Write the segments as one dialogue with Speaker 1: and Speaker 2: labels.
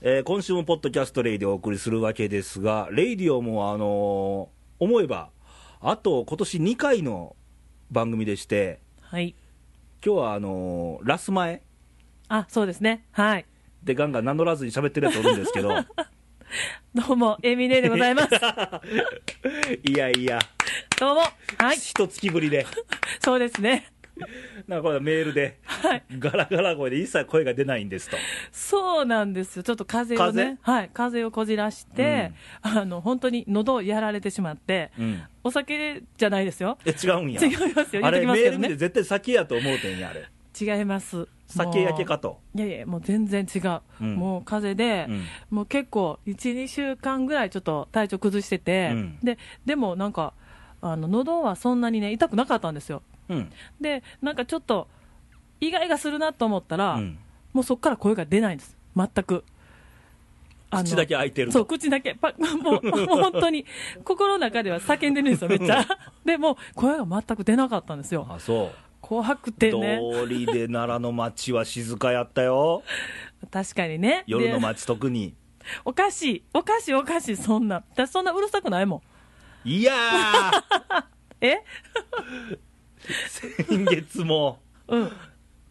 Speaker 1: えー今週もポッドキャストレイでお送りするわけですが、レイディオも、あのー思えば、あと今年2回の番組でして、
Speaker 2: はい。
Speaker 1: 今日はあのーラス前
Speaker 2: あ、そうですね。はい。
Speaker 1: でガンガン名乗らずに喋ってるやつおるんですけ ど、
Speaker 2: どうも、エミネでござい ます。
Speaker 1: いやいや、
Speaker 2: どうも。はい。
Speaker 1: 一月ぶりで、
Speaker 2: そうですね。
Speaker 1: なんかこれメールで、
Speaker 2: はい。
Speaker 1: ガラガラ声で一切声が出ないんですと。
Speaker 2: そうなんですよ。ちょっと風邪をね。はい。風邪をこじらして、あの、本当に喉をやられてしまって、
Speaker 1: うん、
Speaker 2: お酒じゃないですよ。
Speaker 1: え違うんや。
Speaker 2: 違いますよ。言
Speaker 1: あ
Speaker 2: っ
Speaker 1: れ、
Speaker 2: てき
Speaker 1: メ
Speaker 2: ます
Speaker 1: ー
Speaker 2: けど
Speaker 1: ル見て
Speaker 2: ね。
Speaker 1: 絶対酒やと思うてんや、あれ。
Speaker 2: 違います。
Speaker 1: 酒焼け
Speaker 2: も
Speaker 1: かと。
Speaker 2: う。いやいや、もう全然違う。
Speaker 1: うん
Speaker 2: もう風邪で、
Speaker 1: うん
Speaker 2: もう結構1、2週間ぐらいちょっと体調崩してて、
Speaker 1: うん
Speaker 2: で、でもなんか、あの、喉はそんなにね、痛くなかったんですよ。
Speaker 1: うん。
Speaker 2: でなんかちょっと意外がするなと思った
Speaker 1: う
Speaker 2: ら、
Speaker 1: ん。
Speaker 2: もうそこから声が出ないんです全くあの
Speaker 1: 口だけ開いてると
Speaker 2: そう口だけパもうもう本当に心の中では叫んでるんですよめっちゃでも声が全く出なかったんですよ
Speaker 1: あ、そう。
Speaker 2: 怖くてね
Speaker 1: 通りで奈良の街は静かやったよ。
Speaker 2: 確かにね
Speaker 1: 夜の
Speaker 2: で
Speaker 1: 街特に。
Speaker 2: おかしいおかしいおかしいそんな私そんなうるさくないもん
Speaker 1: いや
Speaker 2: え
Speaker 1: ー先月も
Speaker 2: うん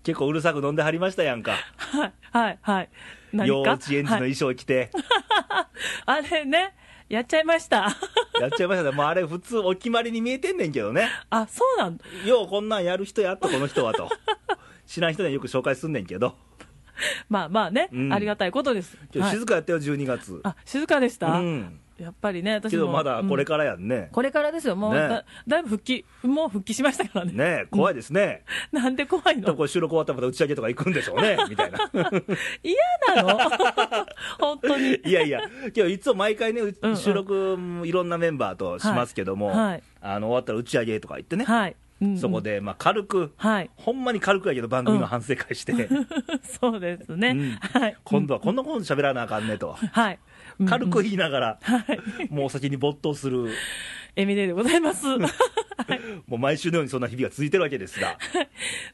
Speaker 1: 結構うるさく飲んではりましたやんか。
Speaker 2: はいはいはい何か
Speaker 1: 幼稚園児の
Speaker 2: はい
Speaker 1: 衣装着て。
Speaker 2: あれねやっちゃいました
Speaker 1: やっちゃいましたね。もうあれ普通お決まりに見えてんねんけどね。
Speaker 2: あそうなん
Speaker 1: ようこんなんやる人やったこの人はと。知らん人にはよく紹介すんねんけど。
Speaker 2: まあまあね、
Speaker 1: うん
Speaker 2: ありがたいことです
Speaker 1: けど
Speaker 2: はい
Speaker 1: 静かやったよ、12月。
Speaker 2: あ静かでした、
Speaker 1: うん。
Speaker 2: やっぱりね、私
Speaker 1: け
Speaker 2: も
Speaker 1: どまだこれ
Speaker 2: うん
Speaker 1: からやんね。
Speaker 2: これからですよ、もう
Speaker 1: ね
Speaker 2: だだいぶ復帰、もう復帰しましたからね、
Speaker 1: ねえ、怖いですね。
Speaker 2: なんで怖
Speaker 1: 多
Speaker 2: い
Speaker 1: 分
Speaker 2: の、
Speaker 1: これ収録終わったらまた打ち上げとか行くんでしょうね、みたいな。
Speaker 2: 嫌なの、 本当に、
Speaker 1: いやいや、今日いつも毎回ね、う
Speaker 2: うん
Speaker 1: 収録もいろんなメンバーとしますけども、
Speaker 2: はいはい
Speaker 1: あの終わったら打ち上げとか言ってね、
Speaker 2: はい、うんうん
Speaker 1: そこ、でまあ軽く、
Speaker 2: はい、
Speaker 1: ほんまに軽くやけど番組の反省会して、
Speaker 2: そうですね、
Speaker 1: うん
Speaker 2: はい、
Speaker 1: 今度はこんなこと喋らなあかんねと、
Speaker 2: うん、はい、うん
Speaker 1: 軽く、言いながら、
Speaker 2: はい、
Speaker 1: もうお先に没頭する、
Speaker 2: エミネでございます、
Speaker 1: もう毎週のようにそんな日々が続いてるわけですが、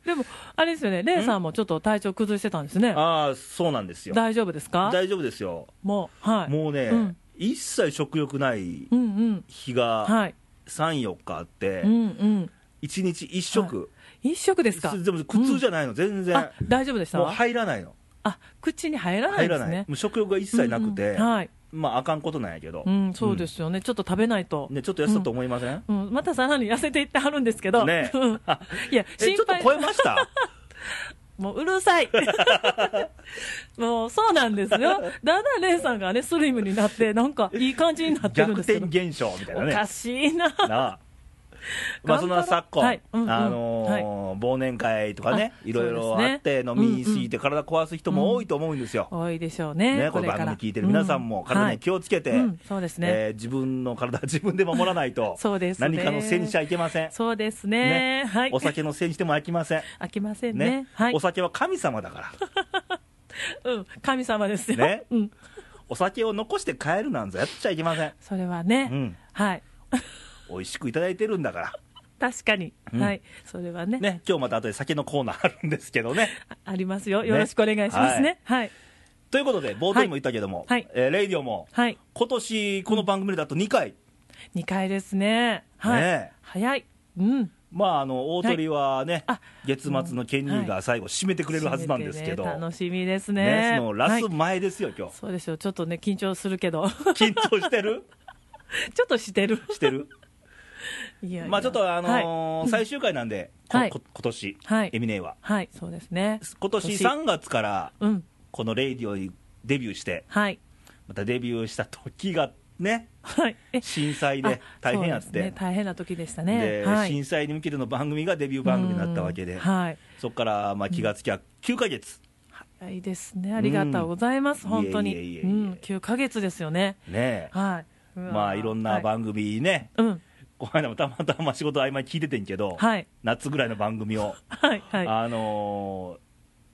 Speaker 2: でも、あれですよね、レイさんもちょっと体調崩してたんですね、
Speaker 1: ああ、そうなんですよ、
Speaker 2: 大丈夫ですか、
Speaker 1: 大丈夫ですよ、
Speaker 2: もう、はい、
Speaker 1: もうね、
Speaker 2: うん
Speaker 1: 一切食欲ない
Speaker 2: うんうん、
Speaker 1: 日が
Speaker 2: はい、
Speaker 1: 3、4日あって
Speaker 2: うん、うん、
Speaker 1: 1日1食、
Speaker 2: 一食ですか、
Speaker 1: でも苦痛じゃないの、全然。
Speaker 2: あ大丈夫でした
Speaker 1: もう入らないの、
Speaker 2: あ口に入らない
Speaker 1: 入
Speaker 2: で
Speaker 1: ら
Speaker 2: す
Speaker 1: ない、
Speaker 2: ね。
Speaker 1: もう食欲が一切なくて、
Speaker 2: うんうんはい、
Speaker 1: まああかんことなんやけど、
Speaker 2: うん、そうですよね、ちょっと食べないと、
Speaker 1: ね、ちょっと痩せたと思いません、
Speaker 2: うん、またさらに痩せていってはるんですけど、
Speaker 1: ね
Speaker 2: うん
Speaker 1: あ
Speaker 2: いや、
Speaker 1: え
Speaker 2: 心
Speaker 1: ちょっと
Speaker 2: 配、
Speaker 1: 超えました
Speaker 2: もううるさい、 もうそうなんですよ、だんだんレイさんがね、スリムになって、なんかいい感じになってるん
Speaker 1: 逆
Speaker 2: ですけ
Speaker 1: 転
Speaker 2: ど、
Speaker 1: 現象みたいな
Speaker 2: お
Speaker 1: ね
Speaker 2: かしいな、
Speaker 1: なあまあそんな昨今、
Speaker 2: はいうんうん
Speaker 1: あのー忘年会とかね
Speaker 2: あ
Speaker 1: いろいろ
Speaker 2: そうです
Speaker 1: あ
Speaker 2: ね
Speaker 1: って飲みすぎて体壊す人も多いと思うんですよ、
Speaker 2: 多いでしょうね、
Speaker 1: ね、こ
Speaker 2: こ
Speaker 1: の
Speaker 2: れか
Speaker 1: 番
Speaker 2: ら
Speaker 1: 組聞いてる皆さんも体に気
Speaker 2: を
Speaker 1: をつけて、
Speaker 2: うんそうですね
Speaker 1: えー自分の体は 自分で守らないと
Speaker 2: そうですね
Speaker 1: 何かのせいにしちゃいけません、
Speaker 2: そうですね、はい、
Speaker 1: お酒のせいにしても飽きません、
Speaker 2: 飽きませんね、
Speaker 1: ね
Speaker 2: はい
Speaker 1: お、酒は神様だから
Speaker 2: うん、神様ですよ、
Speaker 1: ね
Speaker 2: うん、
Speaker 1: お酒を残して帰るなんぞやっちゃいけません。
Speaker 2: それはね、
Speaker 1: うん。
Speaker 2: はい、
Speaker 1: 美味しくいただいてるんだから。
Speaker 2: 確かに、
Speaker 1: うん
Speaker 2: はい、それはね
Speaker 1: ね、今日また後で酒のコーナーあるんですけどね。
Speaker 2: あありますよ、よろしくお願いしますね。はい、
Speaker 1: ということで、冒頭にも言ったけども、
Speaker 2: はいはい
Speaker 1: えーレイディオも、
Speaker 2: はい、
Speaker 1: 今年この番組であと2回、
Speaker 2: 二回ですね。はい、
Speaker 1: ね
Speaker 2: 早い。うん。
Speaker 1: まあ、あの、大鳥はね、
Speaker 2: あ
Speaker 1: 月末のケニーが最後締めてくれるはずなんですけど、
Speaker 2: 締めてね楽しみです
Speaker 1: ね
Speaker 2: ね。
Speaker 1: そのラス
Speaker 2: はい
Speaker 1: 前ですよ、今日。
Speaker 2: そうですよ、ちょっとね、緊張するけど、
Speaker 1: 緊張してる
Speaker 2: ちょっとし てる。
Speaker 1: してる
Speaker 2: いやいや
Speaker 1: まあ、ちょっとあの
Speaker 2: はい
Speaker 1: ー最終回なんで、こ
Speaker 2: はい
Speaker 1: こ今年、
Speaker 2: はい
Speaker 1: エミネイは。
Speaker 2: はい、そうですね。
Speaker 1: 今年3月から、
Speaker 2: うん、
Speaker 1: このレイディオにデビューして、
Speaker 2: はい、
Speaker 1: またデビューした時がね、
Speaker 2: はい。え
Speaker 1: 震災で
Speaker 2: あ
Speaker 1: 大変やっ
Speaker 2: そうですね
Speaker 1: て、
Speaker 2: 大変な時でした
Speaker 1: で
Speaker 2: ね。はい。
Speaker 1: 震災に向けての番組がデビュー番組になったわけ
Speaker 2: う
Speaker 1: で
Speaker 2: ん、はい。
Speaker 1: そこからまあ気がつきゃ9ヶ月、
Speaker 2: 早いですね。ありがとうございます。
Speaker 1: うん
Speaker 2: 本当
Speaker 1: いえいえいえい
Speaker 2: に。
Speaker 1: え
Speaker 2: うん、九ヶ月ですよね。
Speaker 1: ねえ
Speaker 2: はい。うわー
Speaker 1: まあいろんな番組ね、
Speaker 2: はいうん。
Speaker 1: この間もたまたま仕事合間に聞いててんけど、
Speaker 2: はい。
Speaker 1: 夏ぐらいの番組を、
Speaker 2: はい。はい。
Speaker 1: あのー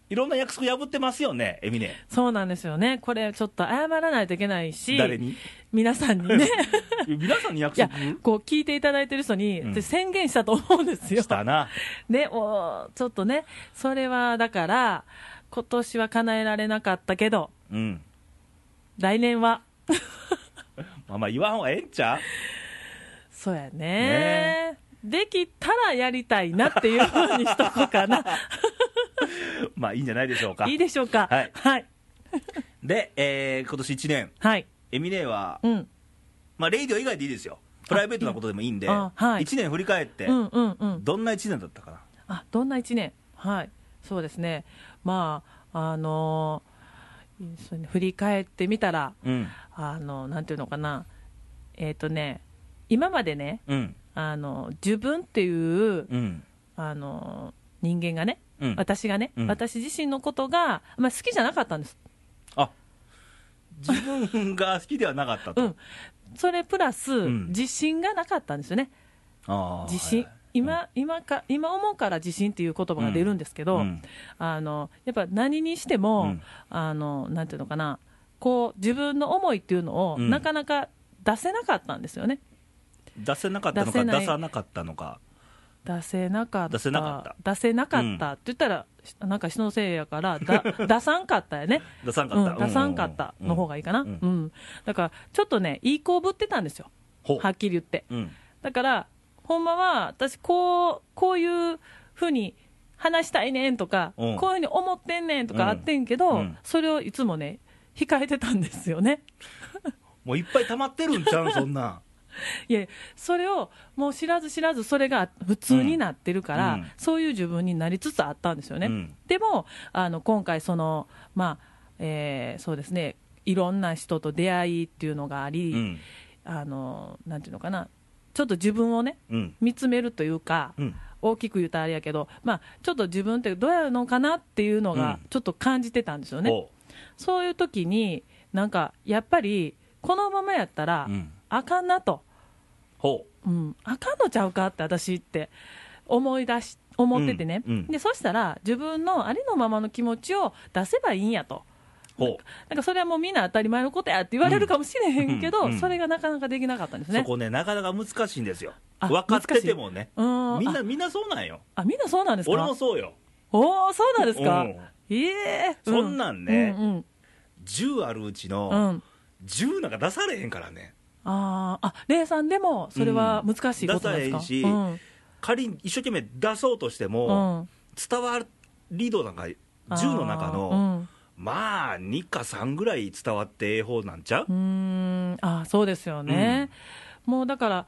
Speaker 1: いろんな約束破ってますよね、エミネ、
Speaker 2: そうなんですよね、これ、ちょっと謝らないといけないし、
Speaker 1: 誰 に
Speaker 2: 皆さんに ね、
Speaker 1: 皆さんに約
Speaker 2: いや
Speaker 1: 束、
Speaker 2: こう聞いていただいてる人に、
Speaker 1: うん
Speaker 2: で宣言したと思うんですよ
Speaker 1: し、たな、
Speaker 2: ね、おーちょっとね、それはだから、今年は叶えられなかったけど、
Speaker 1: うん、
Speaker 2: 来年は。
Speaker 1: まあまあ言わんはええんちゃう
Speaker 2: そうやね
Speaker 1: ね
Speaker 2: できたらやりたいなっていうふうにしとこう かな。
Speaker 1: まあいいんじゃないでしょうか。
Speaker 2: いいでしょうか。
Speaker 1: はい
Speaker 2: はい。
Speaker 1: で、えー今年1年、
Speaker 2: はい。
Speaker 1: エミネは、
Speaker 2: うん。
Speaker 1: まあ、レイディオ以外でいいですよ、プライベートなことでもいいんで、
Speaker 2: あはい
Speaker 1: 1年振り返って、
Speaker 2: うんうんうん。
Speaker 1: どんな1年だったかな。
Speaker 2: あ、どんな一年はい。そうですね。まあ、あのーそうね振り返ってみたら、
Speaker 1: うん、
Speaker 2: あの、なんていうのかな。えっ、とね、今までね、
Speaker 1: うん、
Speaker 2: あの、自分っていう、
Speaker 1: うん、
Speaker 2: あの、人間がね、
Speaker 1: うん、
Speaker 2: 私がね、
Speaker 1: うん
Speaker 2: 私自身のことが、まあ、好きじゃなかったんです。
Speaker 1: あ自分が好きではなかったと、
Speaker 2: うん、それプラス、
Speaker 1: ん
Speaker 2: 自信がなかったんですよね、
Speaker 1: あー
Speaker 2: 自信、
Speaker 1: はい
Speaker 2: 今今か今思うから自信っていう言葉が出るんですけど、
Speaker 1: うん
Speaker 2: あのやっぱ何にしても、
Speaker 1: うん
Speaker 2: あの、なんていうのかな、こう自分の思いっていうのを、
Speaker 1: うん
Speaker 2: なかなか出せなかったんですよね、
Speaker 1: 出せなかったのか、
Speaker 2: 出せ
Speaker 1: 出
Speaker 2: ない
Speaker 1: さなかったのか、
Speaker 2: 出せなかっ
Speaker 1: 出
Speaker 2: た、
Speaker 1: せなか
Speaker 2: 出せなかったって言ったら、なんか人のせいやから、だ 出さんかったやね。
Speaker 1: 出さんか
Speaker 2: う
Speaker 1: った、
Speaker 2: ん、出さんかったの方がいいかな、
Speaker 1: う
Speaker 2: うんん
Speaker 1: うん
Speaker 2: だからちょっとね、いい子ぶってたんですよ、
Speaker 1: ほう
Speaker 2: はっきり言って。
Speaker 1: うん、
Speaker 2: だから、ほんまは私こう、こういうふうに話したいねんとか、
Speaker 1: うん
Speaker 2: こういうふうに思ってんねんとかあってんけ
Speaker 1: うん
Speaker 2: ど、
Speaker 1: うん
Speaker 2: それをいつもね、控えてたんですよね。
Speaker 1: もういっぱい溜まってるんちゃうん、そんなん。
Speaker 2: いや、それをもう知らず知らず、それが普通になってるから、
Speaker 1: うんうん
Speaker 2: そういう自分になりつつあったんですよ ね。
Speaker 1: うん
Speaker 2: でもあの、今回その、まあえーそうですね、いろんな人と出会いっていうのがあり、
Speaker 1: うん
Speaker 2: あのなんていうのかな、ちょっと自分をね、
Speaker 1: うん
Speaker 2: 見つめるというか、
Speaker 1: うん
Speaker 2: 大きく言うたらあれやけど、まあ、ちょっと自分ってどうやるのかなっていうのが
Speaker 1: うん、
Speaker 2: ちょっと感じてたんですよね、
Speaker 1: ほ
Speaker 2: そういう時に、なんかやっぱり、このままやったら
Speaker 1: う、うん
Speaker 2: あかんなと、
Speaker 1: ほ
Speaker 2: うん、あかんのちゃうかって、私って思い出し、思っててね、
Speaker 1: うんうん
Speaker 2: でそしたら、自分のありのままの気持ちを出せばいいんやと。
Speaker 1: うほう
Speaker 2: なんかそれはもうみんな当たり前のことやって言われるかもしれへんけど、
Speaker 1: うんうん
Speaker 2: それがなかなかできなかったんですね。
Speaker 1: そこね、なかなか難しいんですよ、
Speaker 2: あ
Speaker 1: 分かっててもね、
Speaker 2: うん
Speaker 1: みんな、みんなそうなんよ、
Speaker 2: ああみんなそうなんですか
Speaker 1: 俺もそうよ、
Speaker 2: おおそうなんですか、
Speaker 1: うん
Speaker 2: ええう
Speaker 1: そんなんね
Speaker 2: うん
Speaker 1: 10あるうち
Speaker 2: うん、う
Speaker 1: の
Speaker 2: ん
Speaker 1: 10なんか出されへんからね、
Speaker 2: あーあレイさんでもそれは難しいことなんですか、
Speaker 1: うん出されへんし
Speaker 2: うん
Speaker 1: 仮に一生懸命出そうとして
Speaker 2: う
Speaker 1: も、
Speaker 2: ん
Speaker 1: 伝わるリードなんか、10の中の、
Speaker 2: あー
Speaker 1: まあ、2か3ぐらい伝わってええ方なんちゃう
Speaker 2: う、んうーんあーそうですよね、もうだから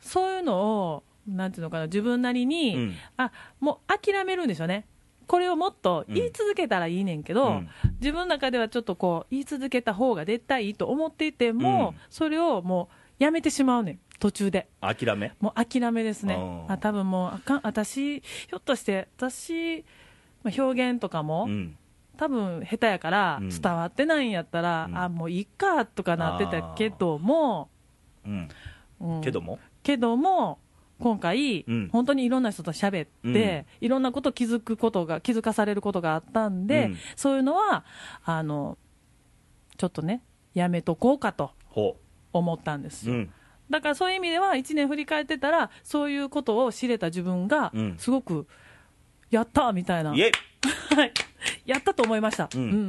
Speaker 2: そういうのをなんていうのかな自分なりに、
Speaker 1: うん
Speaker 2: あもう諦めるんですよねこれをもっと言い続けたらいいねんけど、
Speaker 1: うん
Speaker 2: 自分の中ではちょっとこう言い続けた方が絶対いいと思っていても、
Speaker 1: うん
Speaker 2: それをもうやめてしまうねん途中で
Speaker 1: 諦め、
Speaker 2: もう諦めですね
Speaker 1: あ、ー
Speaker 2: あ多分もうあかん、私、ひょっとして、私、まあ表現とかも、
Speaker 1: うん
Speaker 2: 多分下手やから、
Speaker 1: うん
Speaker 2: 伝わってないんやったら、
Speaker 1: うん
Speaker 2: あもういいかとかなってたけども、
Speaker 1: うん、
Speaker 2: うん
Speaker 1: けども、
Speaker 2: けども今回、
Speaker 1: うん
Speaker 2: 本当にいろんな人と喋って、いろんなこと気づくことが、気づかされることがあったんで、
Speaker 1: うん
Speaker 2: そういうのはあの、ちょっとね、やめとこうかと
Speaker 1: ほ
Speaker 2: 思ったんです
Speaker 1: う、
Speaker 2: よ。
Speaker 1: うん、
Speaker 2: だからそういう意味では、1年振り返ってたら、そういうことを知れた自分が
Speaker 1: うん、
Speaker 2: すごく、やったみたいな、
Speaker 1: イエイ、
Speaker 2: はいやったと思いました。
Speaker 1: う
Speaker 2: うん
Speaker 1: ない
Speaker 2: んは、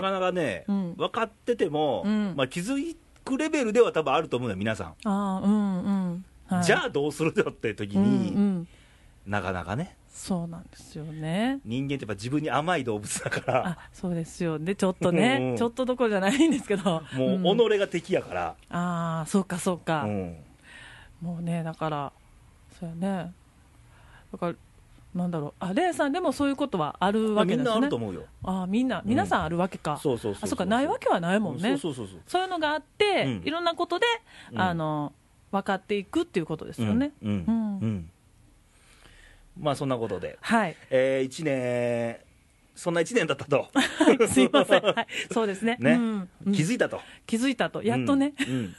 Speaker 1: かなかね、
Speaker 2: うん
Speaker 1: 分かってても、
Speaker 2: うん
Speaker 1: まあ、気づくレベルでは多分あると思うのよ、皆さん。
Speaker 2: あーうんうんはい、
Speaker 1: じゃあどうするよって時
Speaker 2: うん
Speaker 1: に、
Speaker 2: うん、
Speaker 1: なかなかね、
Speaker 2: そうなんですよね。
Speaker 1: 人間ってやっぱ自分に甘い動物だから、
Speaker 2: あそうですよね、ちょっと
Speaker 1: うん
Speaker 2: ね、ちょっとどころじゃないんですけど、
Speaker 1: も
Speaker 2: ん
Speaker 1: う己が敵やから、
Speaker 2: ああ、そうか、そうか、
Speaker 1: うん
Speaker 2: もうね、だから、そうやね、だから、なんだろう、あレイさんでもそういうことはあるわけ
Speaker 1: み
Speaker 2: ですね、
Speaker 1: んなあると思うよ、
Speaker 2: あーみんな、皆さんあるわけか、
Speaker 1: そうそうそう
Speaker 2: あそうかないわけはないもんね、
Speaker 1: う
Speaker 2: そ
Speaker 1: そううそうそう
Speaker 2: いうのがあって、
Speaker 1: うん
Speaker 2: いろんなことで、
Speaker 1: うん
Speaker 2: あの分かっていくっていうことです
Speaker 1: そう
Speaker 2: よね、
Speaker 1: うんうん
Speaker 2: う
Speaker 1: うんまあそんなことで、
Speaker 2: はい、
Speaker 1: え1年そんな1年だったと
Speaker 2: はい すいません、はい、そうですね
Speaker 1: ね、
Speaker 2: うんうん
Speaker 1: 気づいたと
Speaker 2: 気づいたと、やっとね、
Speaker 1: うんうん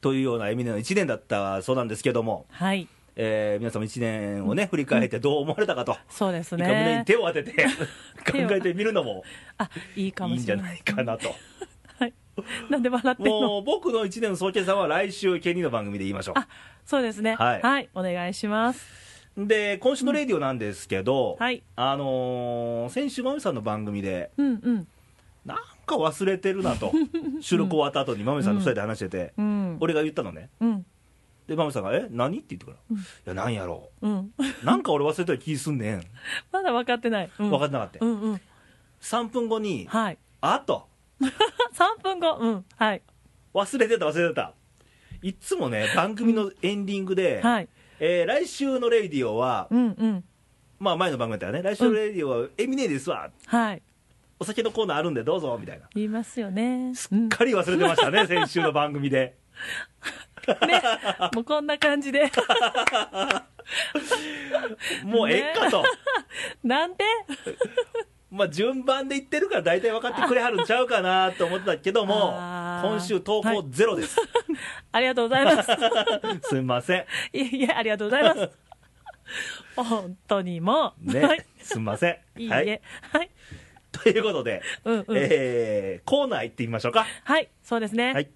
Speaker 1: というようなエミネの1年だったそうなんですけども、
Speaker 2: はい、
Speaker 1: えー皆様1年をね振り返ってどう思われたかと、
Speaker 2: そうです
Speaker 1: 一回胸に
Speaker 2: ね、
Speaker 1: 手を当てて 考
Speaker 2: 手を
Speaker 1: えてみるのも
Speaker 2: あいいか
Speaker 1: いい
Speaker 2: も
Speaker 1: ん
Speaker 2: し
Speaker 1: じゃ
Speaker 2: れ
Speaker 1: な
Speaker 2: ないい、
Speaker 1: かなと。
Speaker 2: はい、なんで笑ってんの、
Speaker 1: もう僕の1年の総決算は来週、ケニーの番組で言いましょ
Speaker 2: あそうですね、
Speaker 1: はい
Speaker 2: お願いします、
Speaker 1: う。で、今週のレディオなんですけど、
Speaker 2: はい
Speaker 1: あのー先週、まみさんの番組で、
Speaker 2: うんうん、
Speaker 1: なんか忘れてるな と収録終わった後にマメさんと2人で話してて、
Speaker 2: うん。
Speaker 1: 俺が言ったのね
Speaker 2: うん。
Speaker 1: でマメさんが「え何?」って言ってから「
Speaker 2: うん
Speaker 1: いやなんやろ
Speaker 2: うん。
Speaker 1: なんか俺忘れてる気すんねん
Speaker 2: まだ分かってない。」分
Speaker 1: 分かっててなかった、
Speaker 2: うんうん。
Speaker 1: 3分後に
Speaker 2: はい。
Speaker 1: 「あ」と
Speaker 2: 3分後。うん。はい。
Speaker 1: 「忘れてた忘れてた」いっつもね番組のエンディングで、
Speaker 2: はい。
Speaker 1: えー来週の「レイディオは」
Speaker 2: うんうん。
Speaker 1: まあ前の番組だったらね来週の「レイディオはエミネですわ
Speaker 2: はい。
Speaker 1: お酒のコーナーあるんでどうぞ」みたいな
Speaker 2: 言いますよね。
Speaker 1: すっかり忘れてましたね、先週の番組で。
Speaker 2: うんね。もうこんな感じで。
Speaker 1: もうええかと、
Speaker 2: なんで
Speaker 1: まあ順番で言ってるから大体分かってくれはるんちゃうかなと思ってたけども、
Speaker 2: あー
Speaker 1: 今週投稿ゼロです。
Speaker 2: ありがとうございます。
Speaker 1: すみません。
Speaker 2: いえいえ、ありがとうございます。本当にもう。は
Speaker 1: ね
Speaker 2: い。、
Speaker 1: すみません。
Speaker 2: いい
Speaker 1: は
Speaker 2: え。はい。
Speaker 1: ということで、
Speaker 2: うんうん。
Speaker 1: えーコーナー行ってみましょうか。
Speaker 2: はい、そうですね。
Speaker 1: はい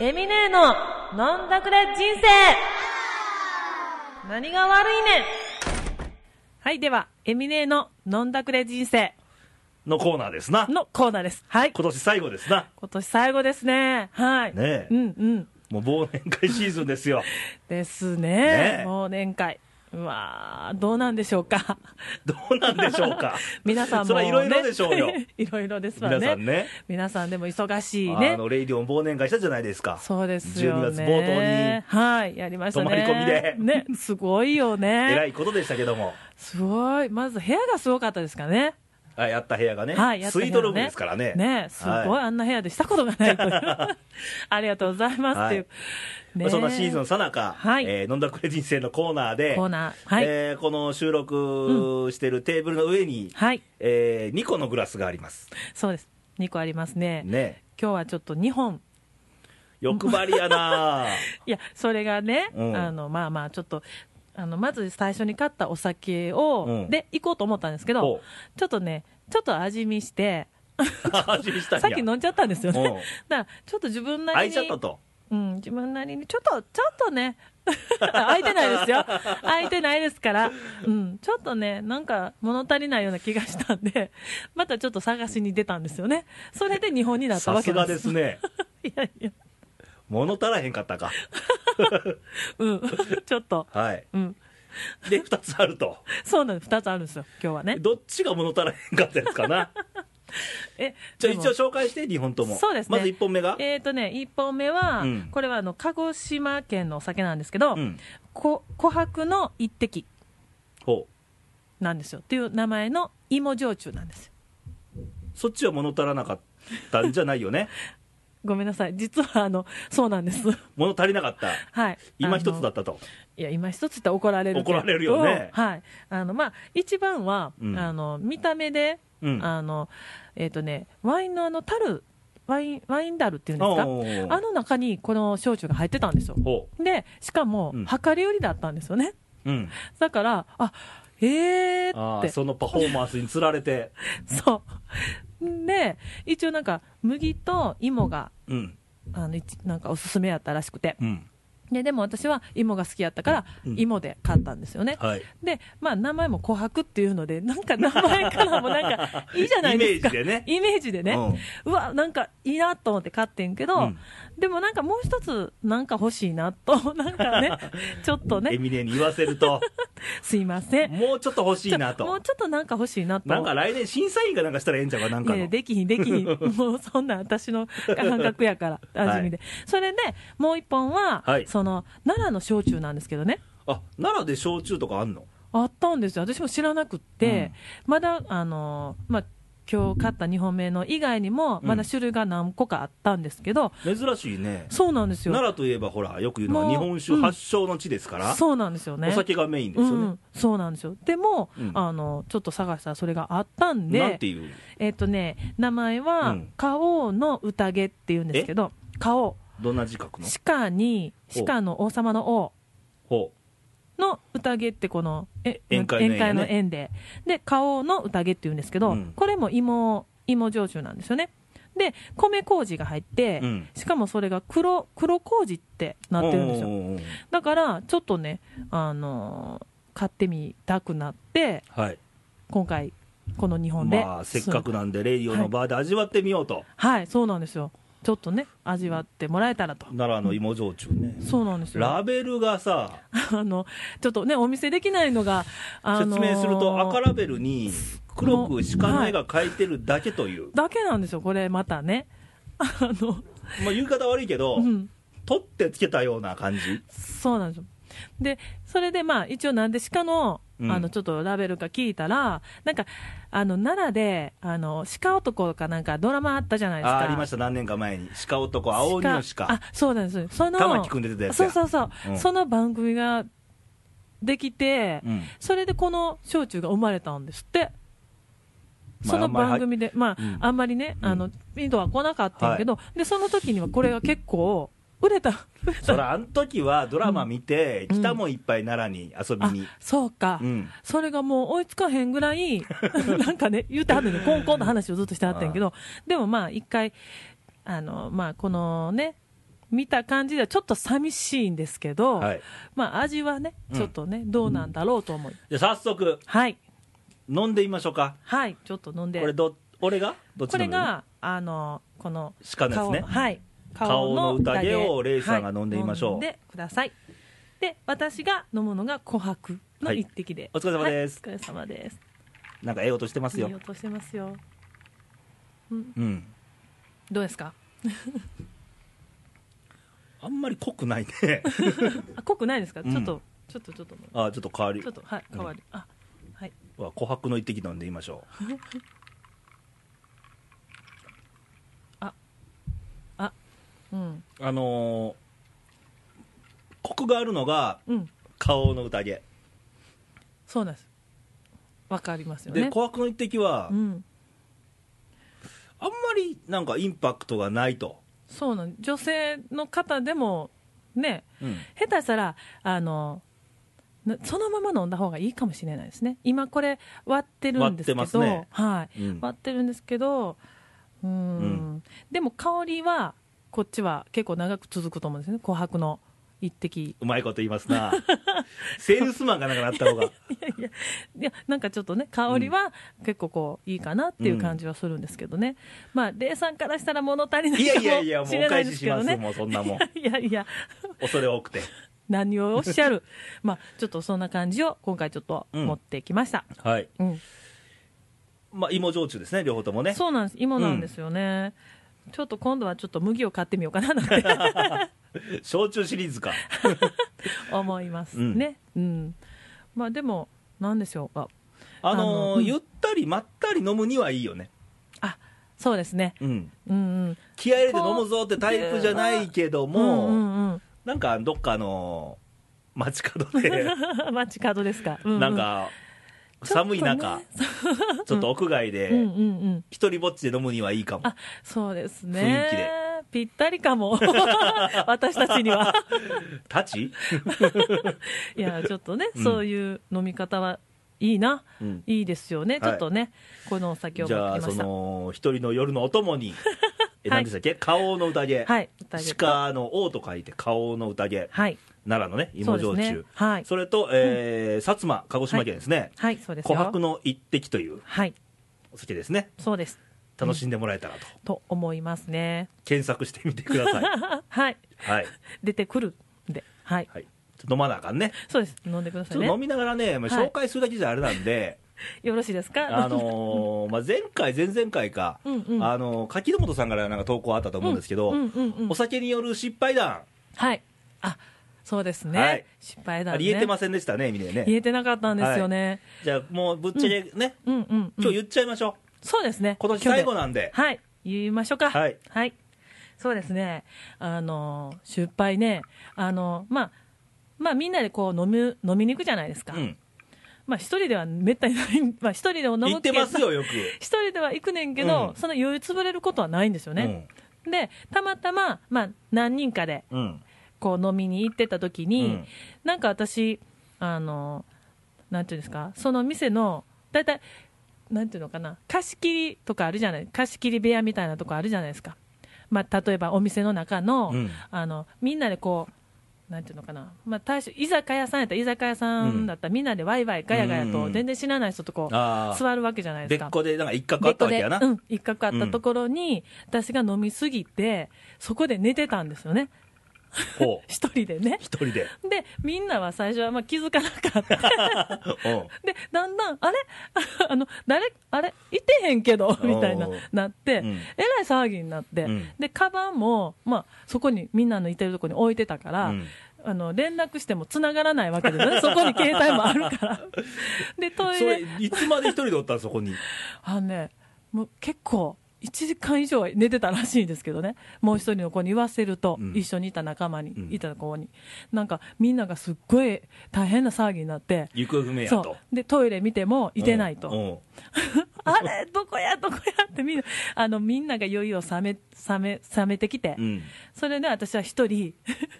Speaker 2: エミネーの飲んだくれ人生何が悪いねんはい、では、エミネーの飲んだくれ人生
Speaker 1: のコーナーですな。
Speaker 2: のコーナーです。はい。
Speaker 1: 今年最後ですな。
Speaker 2: 今年最後ですね。はい。
Speaker 1: ねえ、
Speaker 2: うんうん。
Speaker 1: もう忘年会シーズンです よ。
Speaker 2: ですね。
Speaker 1: ねえ
Speaker 2: 忘年会。うわーどうなんでしょうか。
Speaker 1: どうなんでしょうか。
Speaker 2: 皆さんも、ね。
Speaker 1: それはいろいろでしょうよ。
Speaker 2: いろいろですわね。
Speaker 1: 皆さんね。
Speaker 2: 皆さんでも忙しい
Speaker 1: あ
Speaker 2: ね。
Speaker 1: の、レイディオン忘年会したじゃないですか。
Speaker 2: そうですよ
Speaker 1: 12
Speaker 2: ね。
Speaker 1: 月冒頭に
Speaker 2: はい、やりましたね。
Speaker 1: 泊まり込みで
Speaker 2: ね、すごいよ
Speaker 1: えら
Speaker 2: ね。
Speaker 1: いことでしたけども。
Speaker 2: すごい。まず部屋がすごかったですからね。
Speaker 1: あやった部屋がね、
Speaker 2: はい、やった
Speaker 1: ス
Speaker 2: 部
Speaker 1: イー
Speaker 2: 屋
Speaker 1: ト
Speaker 2: ね
Speaker 1: ルームですからね。
Speaker 2: ね、すごい、
Speaker 1: は
Speaker 2: あんな部屋でしたことがないと いう。ありがとうございます、
Speaker 1: はい
Speaker 2: っていう。
Speaker 1: まあそんなシーズンのさなか、
Speaker 2: はい
Speaker 1: えー飲んだくれ人生のコーナーで、
Speaker 2: コーナーはい
Speaker 1: えーこの収録してるテーブルの上に、
Speaker 2: はい、
Speaker 1: え2個のグラスがあります。
Speaker 2: そうです。2個ありますね。
Speaker 1: ね、
Speaker 2: 今日はちょっと2本。
Speaker 1: 欲張りや な
Speaker 2: いや、それがね、
Speaker 1: うん
Speaker 2: あの、まあまあ、ちょっと、あの、まず最初に買ったお酒を、
Speaker 1: うん
Speaker 2: で、行こうと思ったんですけ
Speaker 1: ほ
Speaker 2: ど
Speaker 1: う、
Speaker 2: ちょっとね、ちょっと味見して、
Speaker 1: 味見したんや
Speaker 2: さっき飲んじゃったんですよね。
Speaker 1: うん
Speaker 2: だから、ちょっと自分なり
Speaker 1: 開い
Speaker 2: に。
Speaker 1: ちゃったと。
Speaker 2: うん、自分なりに、ちょっと、ちょっとね、 開いてないですよ。開いてないですから、うん、ちょっとね、なんか物足りないような気がしたんで、またちょっと探しに出たんですよね。それで日本になった
Speaker 1: さ
Speaker 2: わ
Speaker 1: す
Speaker 2: けな
Speaker 1: が
Speaker 2: んで
Speaker 1: です
Speaker 2: す。
Speaker 1: ね。
Speaker 2: いやいや、
Speaker 1: 物足らへんかったか。
Speaker 2: うん、ちょっと、
Speaker 1: はい。
Speaker 2: うん、
Speaker 1: で、2つあると。
Speaker 2: そうなんです、2つあるんですよ、今日はね。
Speaker 1: どっちが物足らへんかったですか な。
Speaker 2: え
Speaker 1: じゃあ
Speaker 2: でも
Speaker 1: 一応紹介して、2本とも。
Speaker 2: そうですね
Speaker 1: まず1本目が、
Speaker 2: えーとね、1本目は、
Speaker 1: うん
Speaker 2: これはあの鹿児島県のお酒なんですけど、
Speaker 1: うん。
Speaker 2: こ琥珀の一滴
Speaker 1: ほう。
Speaker 2: なんですよっていう名前の芋焼酎なんですよ
Speaker 1: そっちは物足らなかったんじゃないよね。
Speaker 2: ごめんなさい実はあのそうなんです
Speaker 1: 物足りなかった。
Speaker 2: はい
Speaker 1: 今一つだ
Speaker 2: あの
Speaker 1: ったと。
Speaker 2: いや今一つって怒られるけど
Speaker 1: 怒られるよね
Speaker 2: はいあのまあ一番は、
Speaker 1: うん
Speaker 2: あの見た目で、
Speaker 1: うん
Speaker 2: あのえっ、とねワインのあの樽ワインワインダルっていうんですか
Speaker 1: おー
Speaker 2: あの中にこの焼酎が入ってたんですよ
Speaker 1: ほ
Speaker 2: でしかも、
Speaker 1: うん
Speaker 2: 量り売りだったんですよね
Speaker 1: う。うん。
Speaker 2: だから、あえー
Speaker 1: あ
Speaker 2: っ
Speaker 1: あ、
Speaker 2: て、そ
Speaker 1: そのパフォーマンスにつられて。
Speaker 2: う。 で、一応なんか、麦と芋が、
Speaker 1: うん。
Speaker 2: あの、一なんかおすすめやったらしくて。
Speaker 1: うん。
Speaker 2: で、でも私は芋が好きやったから、
Speaker 1: うん
Speaker 2: 芋で買ったんですよね。
Speaker 1: はい。
Speaker 2: で、まあ、名前も琥珀っていうので、なんか名前からもなん か、いいじゃないですか。
Speaker 1: イメージでね
Speaker 2: イメージでね。うわ、なんかいいなと思って買ってんけど、
Speaker 1: うん
Speaker 2: でもなんかもう一つ、なんか欲しいなと、 なんかね、ちょっと
Speaker 1: エ
Speaker 2: ね、
Speaker 1: ミネに言わせると、
Speaker 2: すいません。
Speaker 1: もうちょっと欲しいな
Speaker 2: も
Speaker 1: と
Speaker 2: う。ちょっとなんか欲しいなと。
Speaker 1: なんか来年審査員がなんかしたらええんちゃうか、なんか
Speaker 2: いやい
Speaker 1: の
Speaker 2: や。できひんできひ んもうそんな私の 感覚やから味見で、それでもう一本は、
Speaker 1: はい
Speaker 2: その奈良の焼酎なんですけどね
Speaker 1: あ、奈良で焼酎とかあんの
Speaker 2: あったんですよ私も知らなくって、まだあのーまあ今日買った2本目の以外にも
Speaker 1: うん
Speaker 2: まだ種類が何個かあったんですけど、
Speaker 1: 珍しいね。
Speaker 2: そうなんですよ
Speaker 1: 奈良といえばほら、よく言うのは
Speaker 2: もう
Speaker 1: 日本酒発祥の地ですから、
Speaker 2: そうなんですよね
Speaker 1: お酒がメインですよ
Speaker 2: う
Speaker 1: ね
Speaker 2: ん。、そうなんですよでも、
Speaker 1: うん
Speaker 2: あのちょっと探したらそれがあったんで
Speaker 1: なんていう、
Speaker 2: えっ、とね名前は、
Speaker 1: うん
Speaker 2: 花王の宴っていうんですけど花王
Speaker 1: どんな字書くの
Speaker 2: 鹿に
Speaker 1: お
Speaker 2: 鹿の王様の王
Speaker 1: ほ
Speaker 2: の宴ってこのえ
Speaker 1: 宴会の宴ね
Speaker 2: 宴でで花王の宴って言うんですけど、
Speaker 1: うん
Speaker 2: これも芋芋焼酎なんですよねで米麹が入って、
Speaker 1: う。うん。
Speaker 2: しかもそれが黒黒麹ってなってるんです
Speaker 1: おう
Speaker 2: よ
Speaker 1: おうおう
Speaker 2: だからちょっとねあのー買ってみたくなって
Speaker 1: はい。
Speaker 2: 今回この日本で、
Speaker 1: まあ、せっかくなんで、レイディオのバーで味わってみようと、
Speaker 2: はいそうなんですよちょっとね味わってもらえたらと
Speaker 1: 奈良の芋焼酎ね、
Speaker 2: そうなんですよ
Speaker 1: ラベルがさ、
Speaker 2: あのちょっとねお見せできないのが、あ
Speaker 1: 説
Speaker 2: の
Speaker 1: 明すると、赤ラベルに黒く鹿の絵が描いてるだけという、
Speaker 2: だけなんですよこれまたねあの
Speaker 1: まあ、言い方悪いけど、
Speaker 2: うん
Speaker 1: 取ってつけたような感じ、
Speaker 2: そうなんですよでそれでまあ一応なんで鹿の
Speaker 1: うん
Speaker 2: あのちょっとラベルか聞いたら、なんかあの奈良であの鹿男かなんかドラマあったじゃないです
Speaker 1: あ
Speaker 2: か
Speaker 1: ありました、何年か前に、鹿男、青鬼の鹿、
Speaker 2: あそうなんですその
Speaker 1: 玉木くん出てたやつ
Speaker 2: そ
Speaker 1: や
Speaker 2: うそうそう、
Speaker 1: うん
Speaker 2: その番組ができて、
Speaker 1: うん
Speaker 2: それでこの焼酎が生まれたんですっ
Speaker 1: ま
Speaker 2: て、
Speaker 1: あ
Speaker 2: その番組で、まあ、
Speaker 1: うん
Speaker 2: あんまりね、
Speaker 1: うん
Speaker 2: あの、インドは来なかったんやけど、で、その時にはこれが結構、売れた、売れ
Speaker 1: そ
Speaker 2: た。
Speaker 1: らあの時はドラマ見て、
Speaker 2: うん
Speaker 1: 来たもんいっぱい奈良に遊び
Speaker 2: あ
Speaker 1: に、
Speaker 2: そうか、
Speaker 1: うん
Speaker 2: それがもう追いつかへんぐ らい、なんかね、言ってはんねんコンコンの話をずっとしてはったんやけど、でもまあ、一回、あの、まあ、このね、見た感じではちょっと寂しいんですけど、
Speaker 1: はい、
Speaker 2: まあ、味はね、
Speaker 1: うん
Speaker 2: ちょっとね、どうなんだろうと思い、
Speaker 1: じゃあ早速
Speaker 2: はい、
Speaker 1: 飲んでみましょうか
Speaker 2: はい、ちょっと飲んで、
Speaker 1: これど俺がどっち
Speaker 2: こ
Speaker 1: 飲む
Speaker 2: れが、あの、この、
Speaker 1: 鹿のやつね
Speaker 2: 顔はい
Speaker 1: 顔の宴をレイさんが
Speaker 2: はい
Speaker 1: 飲んでみましょう
Speaker 2: 飲んでくださいで私が飲むのが琥珀の一滴で、
Speaker 1: はいお疲れ様です
Speaker 2: はいお疲れ様です
Speaker 1: なんかええ音してますよ
Speaker 2: いい音してますよ
Speaker 1: うん
Speaker 2: どうですか
Speaker 1: あんまり濃くないね
Speaker 2: あ濃くないですか、
Speaker 1: うん
Speaker 2: ちょっとちょっとちょっと
Speaker 1: あちょっと変わり
Speaker 2: ちょっとはい変わる、あはい
Speaker 1: は琥珀の一滴飲んでみましょう
Speaker 2: うん
Speaker 1: あのー、コクがあるのが
Speaker 2: うん
Speaker 1: 顔の宴
Speaker 2: そうなんですわかりますよ
Speaker 1: で
Speaker 2: ね
Speaker 1: 琥珀の一滴は、
Speaker 2: うん
Speaker 1: あんまりなんかインパクトがないと、
Speaker 2: そうなん女性の方でもね
Speaker 1: うん
Speaker 2: 下手したらあのなそのまま飲んだ方がいいかもしれないですね今これ割ってるんですけど
Speaker 1: 割ってますね
Speaker 2: はい
Speaker 1: うん
Speaker 2: 割ってるんですけどうーん
Speaker 1: うん
Speaker 2: でも香りはこっちは結構長く続くと思うんですね琥珀の一滴
Speaker 1: うまいこと言います なセールスマンがなんかなった方が
Speaker 2: いやなんかちょっとね香りは結構こういいかなっていう感じはするんですけどね、まあ礼さんからしたら物足りない
Speaker 1: いや
Speaker 2: か
Speaker 1: いやいや
Speaker 2: も
Speaker 1: も
Speaker 2: し
Speaker 1: うお
Speaker 2: れない
Speaker 1: 返
Speaker 2: で
Speaker 1: し
Speaker 2: す
Speaker 1: し
Speaker 2: け
Speaker 1: ま
Speaker 2: ど
Speaker 1: す、
Speaker 2: ね
Speaker 1: もうそんな もん
Speaker 2: いやいや
Speaker 1: 恐れ多くて
Speaker 2: 何をおっしゃるまあちょっとそんな感じを今回ちょっと持ってきました、
Speaker 1: はい
Speaker 2: うん
Speaker 1: まあ芋焼酎ですね両方ともね
Speaker 2: そうなんです、今なんですよね、ちょっと今度はちょっと麦を買ってみようかななんて
Speaker 1: 焼酎シリーズか
Speaker 2: 思います
Speaker 1: うん
Speaker 2: ね、うんまあでも、なんでしょうか、
Speaker 1: あのー
Speaker 2: あのうん
Speaker 1: ゆったりまったり飲むにはいいよね
Speaker 2: あそうですね、
Speaker 1: うん
Speaker 2: うんうん、
Speaker 1: 気合入れて飲むぞってタイプじゃないけども、
Speaker 2: うんうん
Speaker 1: なんかどっかの街角で
Speaker 2: うん、街角ですか、うう
Speaker 1: なん、か寒い中
Speaker 2: ち
Speaker 1: ちょっと屋外で
Speaker 2: うんうんうん、
Speaker 1: 一人ぼっちで飲むにはいいかも
Speaker 2: あそうですね、
Speaker 1: 雰囲気で
Speaker 2: ぴったりかも、 私たちには。
Speaker 1: 立ち、
Speaker 2: いや、ちょっとね、
Speaker 1: うん
Speaker 2: そういう飲み方はいいな、
Speaker 1: うん
Speaker 2: いいですよね、
Speaker 1: はい
Speaker 2: ちょっとね、このお酒を
Speaker 1: じ
Speaker 2: 持
Speaker 1: ゃ
Speaker 2: って
Speaker 1: あ
Speaker 2: きま
Speaker 1: そ
Speaker 2: した。
Speaker 1: の一人の夜のお供 にえ
Speaker 2: は
Speaker 1: 何
Speaker 2: い
Speaker 1: でしたっけ「花王の宴」
Speaker 2: はい、歌いたい
Speaker 1: 鹿の王と書いて花王の宴
Speaker 2: はい、
Speaker 1: 奈良のね
Speaker 2: そう
Speaker 1: 芋
Speaker 2: です
Speaker 1: 焼
Speaker 2: ね
Speaker 1: 酎そ,、
Speaker 2: はい、
Speaker 1: れと、えー薩摩鹿児島県ですね、
Speaker 2: はい、そうです
Speaker 1: 琥
Speaker 2: よ。
Speaker 1: 珀の一滴という
Speaker 2: はい、
Speaker 1: お酒ですね
Speaker 2: そうです。
Speaker 1: 楽しんでもらえたらと、
Speaker 2: と思いますね。
Speaker 1: 検索してみてください
Speaker 2: はい、
Speaker 1: はい、
Speaker 2: 出てくるんで、はい、
Speaker 1: はい、ちょっと飲まなあかんね
Speaker 2: そうです。飲んでくだ
Speaker 1: ち
Speaker 2: さい
Speaker 1: ょっ
Speaker 2: ね
Speaker 1: と。飲みながらね、まあ
Speaker 2: はい
Speaker 1: 紹介するだけじゃあれなん で、
Speaker 2: よろしいですか。
Speaker 1: あのーまあ、前回前々回か、
Speaker 2: うんうん
Speaker 1: あのー柿本さんからなんか投稿あったと思うんですけど、
Speaker 2: うんうんうん
Speaker 1: お酒による失敗談、
Speaker 2: はい、あ、そうですね。
Speaker 1: はい
Speaker 2: 失敗だ
Speaker 1: あ
Speaker 2: ね。
Speaker 1: れ言えてませんでしたね、みね
Speaker 2: 言
Speaker 1: ね。
Speaker 2: えてなかったんですよね。
Speaker 1: じゃあもうぶっちゃけね、
Speaker 2: うんうん、うん。
Speaker 1: 今日言っちゃいましょう。
Speaker 2: そうですね。
Speaker 1: 今年
Speaker 2: 今日
Speaker 1: 最
Speaker 2: で
Speaker 1: 後なんで。
Speaker 2: はい、言いましょうか。
Speaker 1: はい。
Speaker 2: そうですね。あの、失敗ね。あの、まあ、まあみんなでこう飲む、飲みに行くじゃないですか。
Speaker 1: うん。
Speaker 2: まあ一人ではめったにない、まあ一人でも飲む
Speaker 1: 言ってますよ、よく。
Speaker 2: 一人では行くねんけど、
Speaker 1: うん
Speaker 2: その余裕潰れることはないんですよね、でたまたま、まあ、何人かで
Speaker 1: うん。うん。
Speaker 2: こう飲みに行ってた時に、
Speaker 1: うん
Speaker 2: なんか私あのなんていうんですかその店の大体なんていうのかな貸し切りとかあるじゃない貸し切り部屋みたいなとこあるじゃないですか、まあ、例えばお店の中の,、
Speaker 1: うん
Speaker 2: あのみんなでこうなんていうのかな、まあ、大将居酒屋さんやったら居酒屋さんだったら、みんなでワイワイガヤガヤ
Speaker 1: うんう
Speaker 2: と
Speaker 1: ん
Speaker 2: 全然知らない人とこう、
Speaker 1: ああ、
Speaker 2: 座るわけじゃないで
Speaker 1: 別
Speaker 2: すか。
Speaker 1: 個でなんか一角あ
Speaker 2: で
Speaker 1: ったわけやな。
Speaker 2: うん、一角あったところに、私が飲みすぎて、そこで寝てたんですよね、
Speaker 1: ほう
Speaker 2: 一人でね。
Speaker 1: 一人 で。
Speaker 2: で、みんなは最初はまあ気づかなかった。
Speaker 1: うん
Speaker 2: で、だんだん、あれ あの、誰、あれいてへんけど、みたいな
Speaker 1: おう、
Speaker 2: なって、
Speaker 1: うん
Speaker 2: えらい騒ぎになって、
Speaker 1: うん
Speaker 2: で、カバンも、まあ、そこに、みんなのいてるとこに置いてたから、
Speaker 1: うん
Speaker 2: あの、連絡しても繋がらないわけですね。そこに携帯もある から。で、トイ
Speaker 1: それ
Speaker 2: レ、、
Speaker 1: いつまで一人でおったんそこに。
Speaker 2: あのね、もう結構、1時間以上は寝てたらしいんですけどね、もう一人の子に言わせると、
Speaker 1: うん
Speaker 2: 一緒にいた仲間に、
Speaker 1: うん
Speaker 2: いた子に、なんかみんながすっごい大変な騒ぎになって、
Speaker 1: 行方不明や
Speaker 2: そ
Speaker 1: と。
Speaker 2: うでトイレ見てもいてないと、
Speaker 1: うんうん
Speaker 2: あれ、どこや、どこやってみんな、あのみんながいよいよ冷め冷め冷めてきて、
Speaker 1: うん。
Speaker 2: それで私は一人、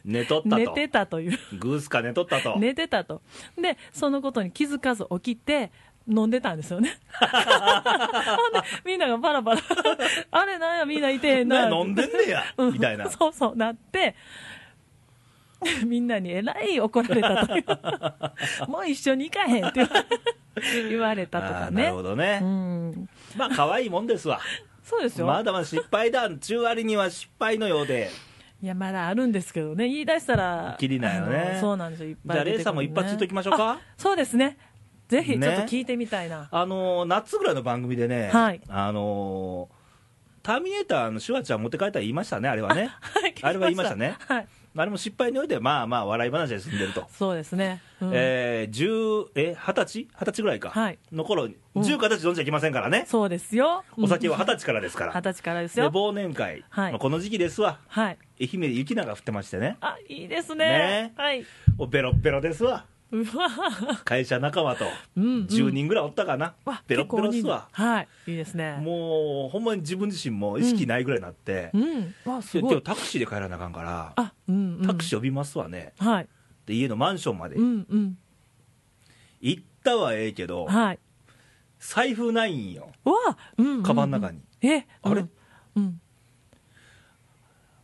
Speaker 1: 寝とったと。
Speaker 2: 寝てたという、
Speaker 1: グースか寝とったと。
Speaker 2: 寝てたと、で、そのことに気づかず起きて、飲んでたんですよ ね。ほんで、みんながバラバラ、 あれ、なんや、みんないてへんな。
Speaker 1: な飲んでんねや
Speaker 2: う、ん
Speaker 1: みたいな。
Speaker 2: そうそう、なって、 みんなにえらい怒られた という、もう一緒に行かへんって言わ言われたと
Speaker 1: あ
Speaker 2: か
Speaker 1: ー
Speaker 2: ね。
Speaker 1: なるほどね。
Speaker 2: うん、
Speaker 1: まあ、可愛いもんですわ。
Speaker 2: そうですよ、
Speaker 1: まだまだ失敗談、中割には失敗のようで。
Speaker 2: いや、まだあるんですけどね、言い出したら、
Speaker 1: きりないよね
Speaker 2: あのそうなんですよ、いっぱい
Speaker 1: じゃあ、
Speaker 2: 出
Speaker 1: レイ
Speaker 2: て
Speaker 1: さ
Speaker 2: くる
Speaker 1: ん
Speaker 2: の
Speaker 1: も
Speaker 2: ね
Speaker 1: 一発言っときましょうか。
Speaker 2: そうですね、ぜひち
Speaker 1: ね
Speaker 2: ょっと聞いてみたいな、
Speaker 1: あのー夏ぐらいの番組でね、
Speaker 2: はい
Speaker 1: あのーターミネーターのシュワちゃん持って帰ったら言いましたね、あれ はね、
Speaker 2: はい聞き
Speaker 1: あれは言いましたね
Speaker 2: はい、
Speaker 1: あれも失敗において、まあまあ、笑い話で済んでると、
Speaker 2: そうですね、うん
Speaker 1: えー、10え20歳、20歳ぐらいか、
Speaker 2: はい
Speaker 1: の頃に、
Speaker 2: うん
Speaker 1: 10か20飲んじゃいけませんからね、
Speaker 2: そうですよ、
Speaker 1: お酒は
Speaker 2: は
Speaker 1: 20歳からですから、
Speaker 2: 二十歳からです
Speaker 1: で
Speaker 2: よ、
Speaker 1: 忘年会、
Speaker 2: はい
Speaker 1: まあこの時期ですわ、
Speaker 2: はい、
Speaker 1: 愛媛で雪菜が降ってましてね、
Speaker 2: あいいですね、
Speaker 1: ね
Speaker 2: はい、
Speaker 1: おベロッベロですわ、
Speaker 2: うわ、
Speaker 1: 会社仲間と、
Speaker 2: うんうん
Speaker 1: 10人ぐらいおったかな、
Speaker 2: わ
Speaker 1: ベロッ
Speaker 2: 結構
Speaker 1: ベロ
Speaker 2: 大
Speaker 1: で
Speaker 2: 人
Speaker 1: す
Speaker 2: 数
Speaker 1: わ。
Speaker 2: はい、いいですね、
Speaker 1: もうほんまに自分自身も意識ないぐらいになって、
Speaker 2: うん、わす
Speaker 1: で
Speaker 2: ご
Speaker 1: 今日
Speaker 2: い、
Speaker 1: タクシーで帰らなあかんから、
Speaker 2: あうん、うん、
Speaker 1: タクシー呼びますわね、
Speaker 2: ー、はい、
Speaker 1: で家のマンションまで、
Speaker 2: うん、うん、
Speaker 1: 行ったはええけど、
Speaker 2: はい、
Speaker 1: 財布ないんよ、
Speaker 2: うわ、うんうんうん、
Speaker 1: カバンの中に、
Speaker 2: え、
Speaker 1: あれ
Speaker 2: うんうん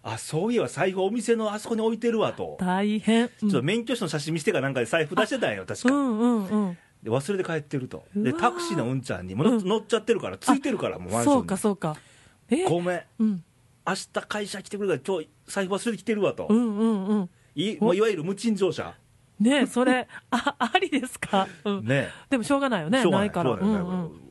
Speaker 1: あそういえば財布、お店のあそこに置いてるわと、
Speaker 2: 大変、うん
Speaker 1: ちょっと免許証の写真見せてかなんかで財布出してたんよ、確
Speaker 2: う
Speaker 1: か、
Speaker 2: んうんうん
Speaker 1: で忘れて帰ってると、で
Speaker 2: うわー
Speaker 1: タクシーのうんちゃんに、もう乗っ
Speaker 2: うん
Speaker 1: 乗っちゃってるから、ついてるから、もうマンシ
Speaker 2: そう
Speaker 1: ョ
Speaker 2: か
Speaker 1: ン
Speaker 2: そうかえ
Speaker 1: に、ごめん、
Speaker 2: うん、
Speaker 1: 明日会社来てくれるから、今日財布忘れてきてるわと、
Speaker 2: うんうんうん
Speaker 1: いもういわゆる無賃乗車、
Speaker 2: ねえそれあありですか、うん
Speaker 1: ね
Speaker 2: でもしょうがないよ
Speaker 1: え、
Speaker 2: ね
Speaker 1: しょうが
Speaker 2: ないから
Speaker 1: しょうがない
Speaker 2: うんう
Speaker 1: だ
Speaker 2: ん
Speaker 1: から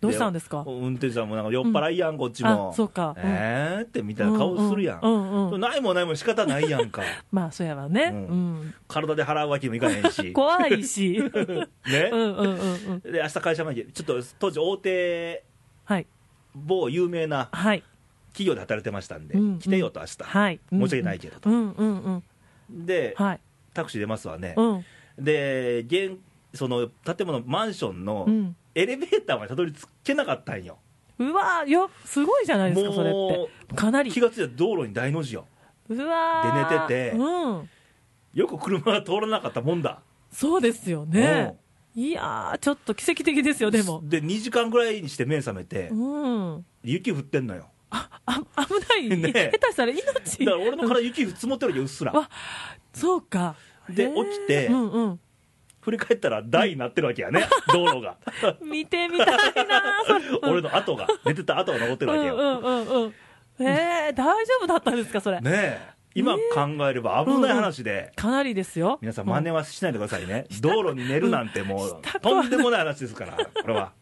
Speaker 2: どうしたんですか
Speaker 1: 運転手さんもなんか酔っ払いやん、こっちも。
Speaker 2: あそうかうん
Speaker 1: えーってみたいな顔するやん。
Speaker 2: うんうんうん
Speaker 1: ないもんないもん仕方ないやんか。
Speaker 2: まあそうやわね、
Speaker 1: う
Speaker 2: うんん
Speaker 1: 体で払うわけにもいかへんし。
Speaker 2: 怖いしうん
Speaker 1: ね、
Speaker 2: うんうんうん
Speaker 1: で、明日会社前に、ちょっと当時大手
Speaker 2: はい
Speaker 1: 某有名な
Speaker 2: はい
Speaker 1: 企業で働いてましたんで、
Speaker 2: うんうん
Speaker 1: 来てよと明日。
Speaker 2: はい
Speaker 1: 申し訳ないけどと。
Speaker 2: うんうんうん
Speaker 1: で、
Speaker 2: はい
Speaker 1: タクシー出ますわね
Speaker 2: う。ん
Speaker 1: で、現、その建物、マンションの
Speaker 2: うん
Speaker 1: エレベーターまでたどり着けなかったんよ。
Speaker 2: うわーよすごいじゃないですかそれ
Speaker 1: も
Speaker 2: ってかなり
Speaker 1: 気がついたら道路に大の字よ。
Speaker 2: うわー
Speaker 1: で寝てて
Speaker 2: うん
Speaker 1: よく車が通らなかったもんだ。
Speaker 2: そうですよ
Speaker 1: うん
Speaker 2: ねいやーちょっと奇跡的ですよでも
Speaker 1: で2時間ぐらいにして目覚めて、
Speaker 2: うん
Speaker 1: 雪降ってん のよ
Speaker 2: あ危ない、
Speaker 1: ねえ
Speaker 2: 下手した
Speaker 1: だ
Speaker 2: ら命
Speaker 1: から俺の体雪積もってるわけうっすら
Speaker 2: わそうか
Speaker 1: で
Speaker 2: へー
Speaker 1: 起きて
Speaker 2: うんうん、
Speaker 1: 振り返ったら台になってるわけやね 道路が
Speaker 2: 見てみたいなそれ
Speaker 1: 俺の跡が寝てた跡が残って
Speaker 2: う
Speaker 1: るわけ
Speaker 2: ん
Speaker 1: よ
Speaker 2: うんうんうんえー、大丈夫だったんですかそれ、
Speaker 1: ねえ今考えれば危ない話で、
Speaker 2: かなりですよ
Speaker 1: 皆さん真似
Speaker 2: う
Speaker 1: はしないでください ね、道路に寝るなんてもう、
Speaker 2: したく
Speaker 1: と
Speaker 2: はなんい
Speaker 1: でもない話ですからこれは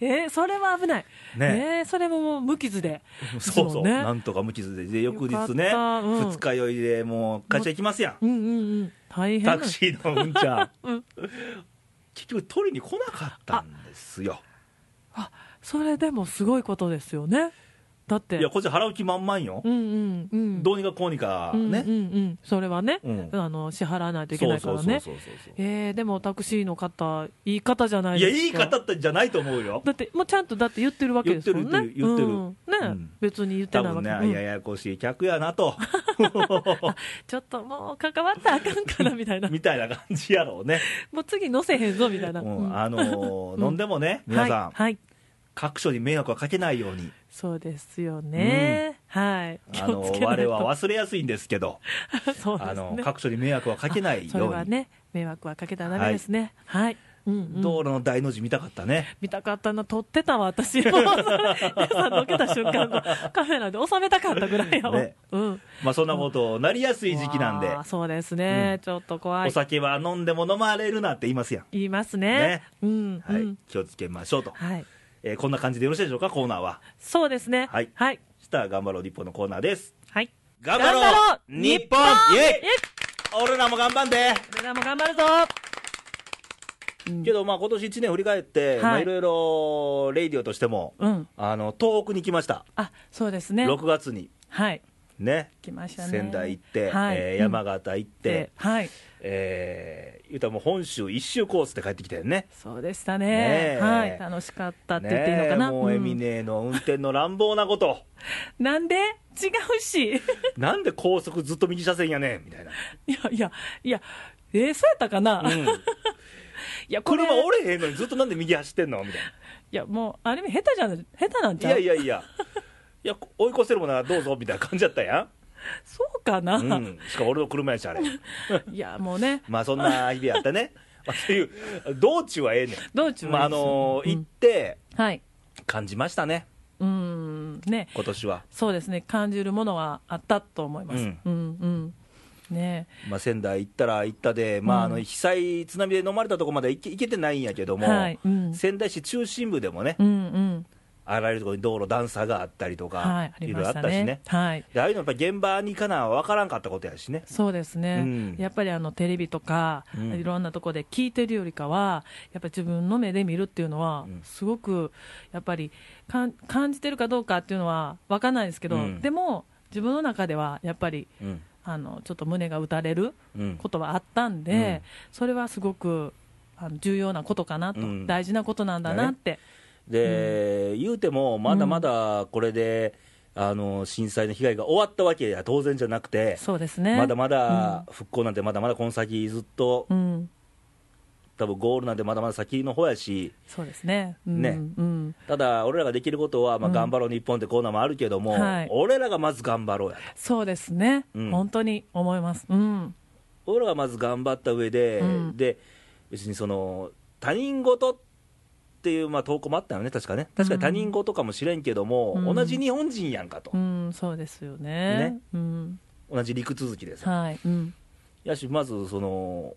Speaker 2: えー、それは危ない
Speaker 1: ね
Speaker 2: えーそれももう無傷で
Speaker 1: そうそう、
Speaker 2: ですもんね
Speaker 1: なんとか無傷でで翌日ね、
Speaker 2: よかったうん
Speaker 1: 二日酔いでもう会社行きますやん、
Speaker 2: うんうんうん大変
Speaker 1: タクシーのうんちゃん、
Speaker 2: うん
Speaker 1: 結局取りに来なかったんですよ
Speaker 2: あそれでもすごいことですよねだって
Speaker 1: いやこっち払う気満々よ、
Speaker 2: うんうんうん
Speaker 1: どうにかこうにか
Speaker 2: うんうんう
Speaker 1: ね、
Speaker 2: んそれはね、
Speaker 1: うん
Speaker 2: あの支払わないといけ
Speaker 1: そ
Speaker 2: な
Speaker 1: う
Speaker 2: いか
Speaker 1: そ
Speaker 2: ら
Speaker 1: う
Speaker 2: ね
Speaker 1: そうそうそうそう
Speaker 2: えー、でもタクシーの方、いい方じゃない
Speaker 1: いや
Speaker 2: ですか。
Speaker 1: いい方ってじゃないと思うよ
Speaker 2: だって、もうちゃんとだって言ってるわけですもんね。
Speaker 1: 言ってる言ってる言ってる
Speaker 2: うんね、
Speaker 1: うん
Speaker 2: 別に言って
Speaker 1: 多
Speaker 2: ないわ
Speaker 1: 分
Speaker 2: け、
Speaker 1: ね、
Speaker 2: うん
Speaker 1: ややこしい客やな と
Speaker 2: ちょっともう関わったらあかんからみたいな。
Speaker 1: みたいな感じやろうね、
Speaker 2: もう次乗せへんぞみたいな。
Speaker 1: う
Speaker 2: うんん
Speaker 1: あのー飲んでもね皆さん、
Speaker 2: はい。はい。
Speaker 1: 各所に迷惑はかけないように
Speaker 2: そうですよね。はい、気
Speaker 1: あ
Speaker 2: を
Speaker 1: の
Speaker 2: つけない
Speaker 1: 我
Speaker 2: と
Speaker 1: は忘れやすいんですけど、
Speaker 2: そうですね
Speaker 1: あの各所に迷惑はかけない
Speaker 2: それ
Speaker 1: よう
Speaker 2: は
Speaker 1: に、
Speaker 2: ね迷惑はかけたらダメですねはい、うんうん
Speaker 1: 道路の大の字見たかったね、
Speaker 2: 見たかったな撮ってたわ 私もうそれ皆さんの受けた瞬間のカメラで収めたかったぐらいやわ、
Speaker 1: ね
Speaker 2: うん
Speaker 1: まあ、そんなことなりやすい時期なんで
Speaker 2: うわ、ーそうですね、
Speaker 1: うん
Speaker 2: ちょっと怖
Speaker 1: お
Speaker 2: い
Speaker 1: 酒は飲んでも飲まれるなって言いますやん、
Speaker 2: 言いますね
Speaker 1: ね
Speaker 2: うん、
Speaker 1: はい
Speaker 2: うん
Speaker 1: 気をつけましょうと、
Speaker 2: はい、
Speaker 1: えーこんな感じでよろしいでしょうか、コーナーは。
Speaker 2: そうですね
Speaker 1: はい
Speaker 2: はい、
Speaker 1: したら頑張ろう日本のコーナーです。
Speaker 2: はい、
Speaker 1: 頑張ろう日本イエイ俺らも頑張んで
Speaker 2: 俺らも頑張るぞうん
Speaker 1: けどまあ今年1年振り返って、
Speaker 2: はい
Speaker 1: まあいろいろレイディオとしても、
Speaker 2: うん
Speaker 1: あの東北に来ました、
Speaker 2: あそうですね
Speaker 1: 6月に
Speaker 2: はい
Speaker 1: ね
Speaker 2: 来ましたね
Speaker 1: 仙台行って、
Speaker 2: はい
Speaker 1: えー山形行っ
Speaker 2: うん
Speaker 1: て、
Speaker 2: ではい
Speaker 1: えー、言うたらもう本州一周コースで帰ってきたよね。
Speaker 2: そうでしたね
Speaker 1: ねえ
Speaker 2: はい楽しかったって言っていいのか
Speaker 1: ね
Speaker 2: な、
Speaker 1: えもうエミ
Speaker 2: うん
Speaker 1: ネの運転の乱暴なこと、
Speaker 2: なんで違うし
Speaker 1: なんで高速ずっと右車線やねんみたいな、
Speaker 2: いやいやいやえー、そうやったかな、
Speaker 1: う
Speaker 2: い
Speaker 1: ん
Speaker 2: やこれ
Speaker 1: 車折れへんのにずっとなんで右走ってんのみたい
Speaker 2: いやもうある意味下手じゃん下手なんち
Speaker 1: な、
Speaker 2: ゃう
Speaker 1: いやいやいや、いやこ追い越せるものはどうぞみたいな感じだったや
Speaker 2: そうかな、
Speaker 1: ん、うん、しかも俺の車やし、あれ、
Speaker 2: いやもうね
Speaker 1: まあそんな日々やったね、 まあ、そういう道中はええねん、
Speaker 2: 道中はいいですよ
Speaker 1: まああのー
Speaker 2: うん
Speaker 1: 行って
Speaker 2: はい
Speaker 1: 感じましたね、
Speaker 2: うんね
Speaker 1: 今年は、
Speaker 2: そうですね感じるものはあったと思いま
Speaker 1: う
Speaker 2: す、うんん、うんね
Speaker 1: まあ、仙台行ったら行ったで、まあ、あ
Speaker 2: うん
Speaker 1: の被災、津波で飲まれたとこまで行け行けてないんやけども、
Speaker 2: はいうん
Speaker 1: 仙台市中心部でもね、
Speaker 2: うんうん
Speaker 1: あらゆるところに道路段差があったりとか、
Speaker 2: はいあり
Speaker 1: ろい
Speaker 2: ま
Speaker 1: ろあ
Speaker 2: し
Speaker 1: ったた
Speaker 2: ね
Speaker 1: しね。
Speaker 2: はい
Speaker 1: でああいうのやっぱ現場に行かな分からんかったことやしね、
Speaker 2: そうですね、
Speaker 1: うん
Speaker 2: やっぱりあのテレビとか、
Speaker 1: うん
Speaker 2: いろんなとこで聞いてるよりかは、やっぱり自分の目で見るっていうのは、
Speaker 1: うん
Speaker 2: すごくやっぱりかん感じてるかどうかっていうのは分かんないですけど、
Speaker 1: うん
Speaker 2: でも、自分の中ではやっぱり
Speaker 1: うん
Speaker 2: あのちょっと胸が打たれる
Speaker 1: うん
Speaker 2: ことはあったんで、
Speaker 1: うん
Speaker 2: それはすごくあの重要なことかなと、
Speaker 1: うん
Speaker 2: 大事なことなんだなって、
Speaker 1: で、言うても、まだまだこれで、あの震災の被害が終わったわけや当然じゃなくて、
Speaker 2: そうですね。
Speaker 1: まだまだ復興なんて、まだまだこの先ずっと、
Speaker 2: うん、うん
Speaker 1: 多分ゴールなんてまだまだ先の方やし、
Speaker 2: そうですね。うん
Speaker 1: ね
Speaker 2: うん
Speaker 1: ただ、俺らができることは、まあ、
Speaker 2: うん
Speaker 1: 頑張ろう日本ってコーナーもあるけども、
Speaker 2: はい
Speaker 1: 俺らがまず頑張ろうやと、
Speaker 2: そうですね、
Speaker 1: うん
Speaker 2: 本当に思います。うん、
Speaker 1: 俺らがまず頑張った上で、
Speaker 2: うん
Speaker 1: で別にその他人事っていう、まあ、投稿もあったよね、確かね、確かに他人事かもしれんけども、
Speaker 2: うん
Speaker 1: 同じ日本人やんかと
Speaker 2: う、ん、そうですよね。
Speaker 1: ね
Speaker 2: うん、
Speaker 1: 同じ陸続きでさ、
Speaker 2: はい、うん、
Speaker 1: やし、まずその、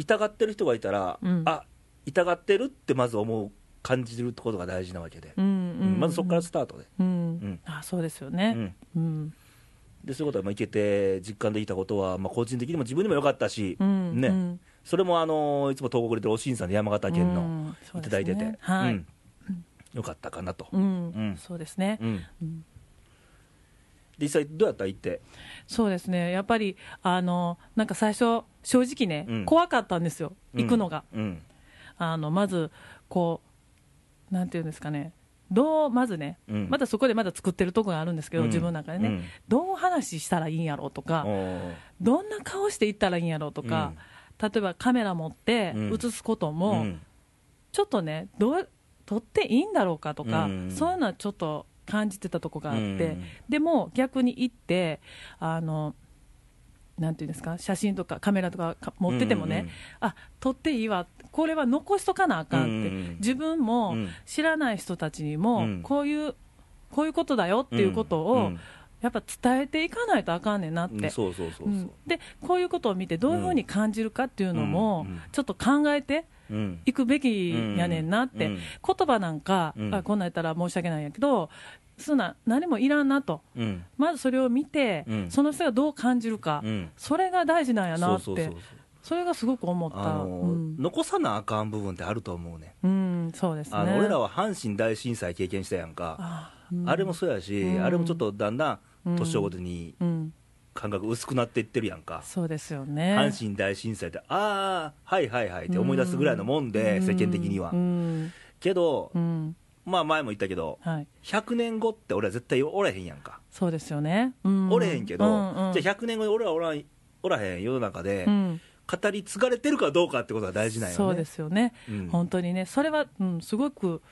Speaker 1: 痛がってる人がいたら、
Speaker 2: うん
Speaker 1: あ痛がってるってまず思う、感じるってことが大事なわけで、
Speaker 2: うん、うん、
Speaker 1: まずそこからスタートで。
Speaker 2: うん、
Speaker 1: ん
Speaker 2: あ、そうですよ
Speaker 1: う
Speaker 2: ね。
Speaker 1: ん
Speaker 2: うん、
Speaker 1: でそういうことはまあいけて実感できたことは、まあ、個人的にも自分にも良かったし、
Speaker 2: うん、
Speaker 1: ね
Speaker 2: うん
Speaker 1: それも、あのーいつも東国でおしんさんで山形県
Speaker 2: う
Speaker 1: の
Speaker 2: ん
Speaker 1: いただいてて、
Speaker 2: そうですねは
Speaker 1: う
Speaker 2: い
Speaker 1: ん、よかったかなと、
Speaker 2: う
Speaker 1: うん
Speaker 2: ん、そうですね
Speaker 1: う。ん
Speaker 2: うん
Speaker 1: 実際どうやった行って、
Speaker 2: そうですね。やっぱりあのなんか最初正
Speaker 1: う
Speaker 2: 直ね
Speaker 1: ん
Speaker 2: 怖かったんですよ。
Speaker 1: うん
Speaker 2: 行くのが
Speaker 1: うん
Speaker 2: あのまずこうなんていうんですかね。どうまずね、
Speaker 1: うん
Speaker 2: まだそこでまだ作ってるとこがあるんですけど、
Speaker 1: うん
Speaker 2: 自分の中でね、
Speaker 1: うん
Speaker 2: どう話したらいいんやろうとか、
Speaker 1: おー
Speaker 2: どんな顔していったらいいんやろうとか、例えばカメラ持って
Speaker 1: うん
Speaker 2: 映すこと
Speaker 1: う
Speaker 2: も、
Speaker 1: ん
Speaker 2: ちょっとねどう、撮っていいんだろうかとか、
Speaker 1: うん
Speaker 2: そういうのはちょっと感じてたとこがあって、
Speaker 1: うん
Speaker 2: でも逆に行って、あのなんていうんですか、写真とかカメラとかか持っててもね、
Speaker 1: うんうんうん
Speaker 2: あ撮っていいわ、これは残しとかなあかんって、
Speaker 1: うんうんうん
Speaker 2: 自分
Speaker 1: う
Speaker 2: も
Speaker 1: ん
Speaker 2: 知らない人たちに
Speaker 1: う
Speaker 2: も、
Speaker 1: ん
Speaker 2: こういう、こういうことだよっていうことを、
Speaker 1: うん
Speaker 2: やっぱ伝えていかないとあかんねんなって。
Speaker 1: うんそうそうそうそう、う
Speaker 2: うんんでこういうことを見てどういうふうに感じるかっていうのも、
Speaker 1: うんうん
Speaker 2: ちょっと考えて
Speaker 1: うん
Speaker 2: いくべきやねんなって、
Speaker 1: うん
Speaker 2: 言葉なんか、
Speaker 1: うん
Speaker 2: あこんなんやったら申し訳ないんやけどそんな何もいらんなと
Speaker 1: うん
Speaker 2: まずそれを見て、
Speaker 1: うん
Speaker 2: その人がどう感じるか、
Speaker 1: うん
Speaker 2: それが大事なんや
Speaker 1: そ
Speaker 2: な
Speaker 1: う
Speaker 2: って
Speaker 1: そ
Speaker 2: そ
Speaker 1: うそうそう
Speaker 2: れがすごく思った、
Speaker 1: あのー
Speaker 2: うん、
Speaker 1: 残さなあかん部分ってあると思うね
Speaker 2: うんそうですね
Speaker 1: あの俺らは
Speaker 2: は
Speaker 1: 阪神大震災経験したやんか
Speaker 2: あ,うん、
Speaker 1: あれもそうやし、
Speaker 2: うん
Speaker 1: あれもちょっとだんだ
Speaker 2: うんん
Speaker 1: 年をごとに
Speaker 2: うん、
Speaker 1: 感覚薄くなっていってるやんか、
Speaker 2: そうですよね
Speaker 1: 阪神大震災って、ああ、はいはいはいって思い出すぐらいのもんで、
Speaker 2: うん
Speaker 1: 世間的には
Speaker 2: う。ん、
Speaker 1: けど
Speaker 2: う、ん
Speaker 1: まあ前も言ったけど、
Speaker 2: はい
Speaker 1: 100年後って俺は絶対おらへんやんか、
Speaker 2: そうですよね、うん、
Speaker 1: おれへんけど、
Speaker 2: うんうん
Speaker 1: じゃあ100年後に俺はおらんおらへん世の中で
Speaker 2: う、ん
Speaker 1: 語り継がれてるかどうかってことが大事なんよね。
Speaker 2: そうですよね、
Speaker 1: うん
Speaker 2: 本当にね、それは、うん、すごく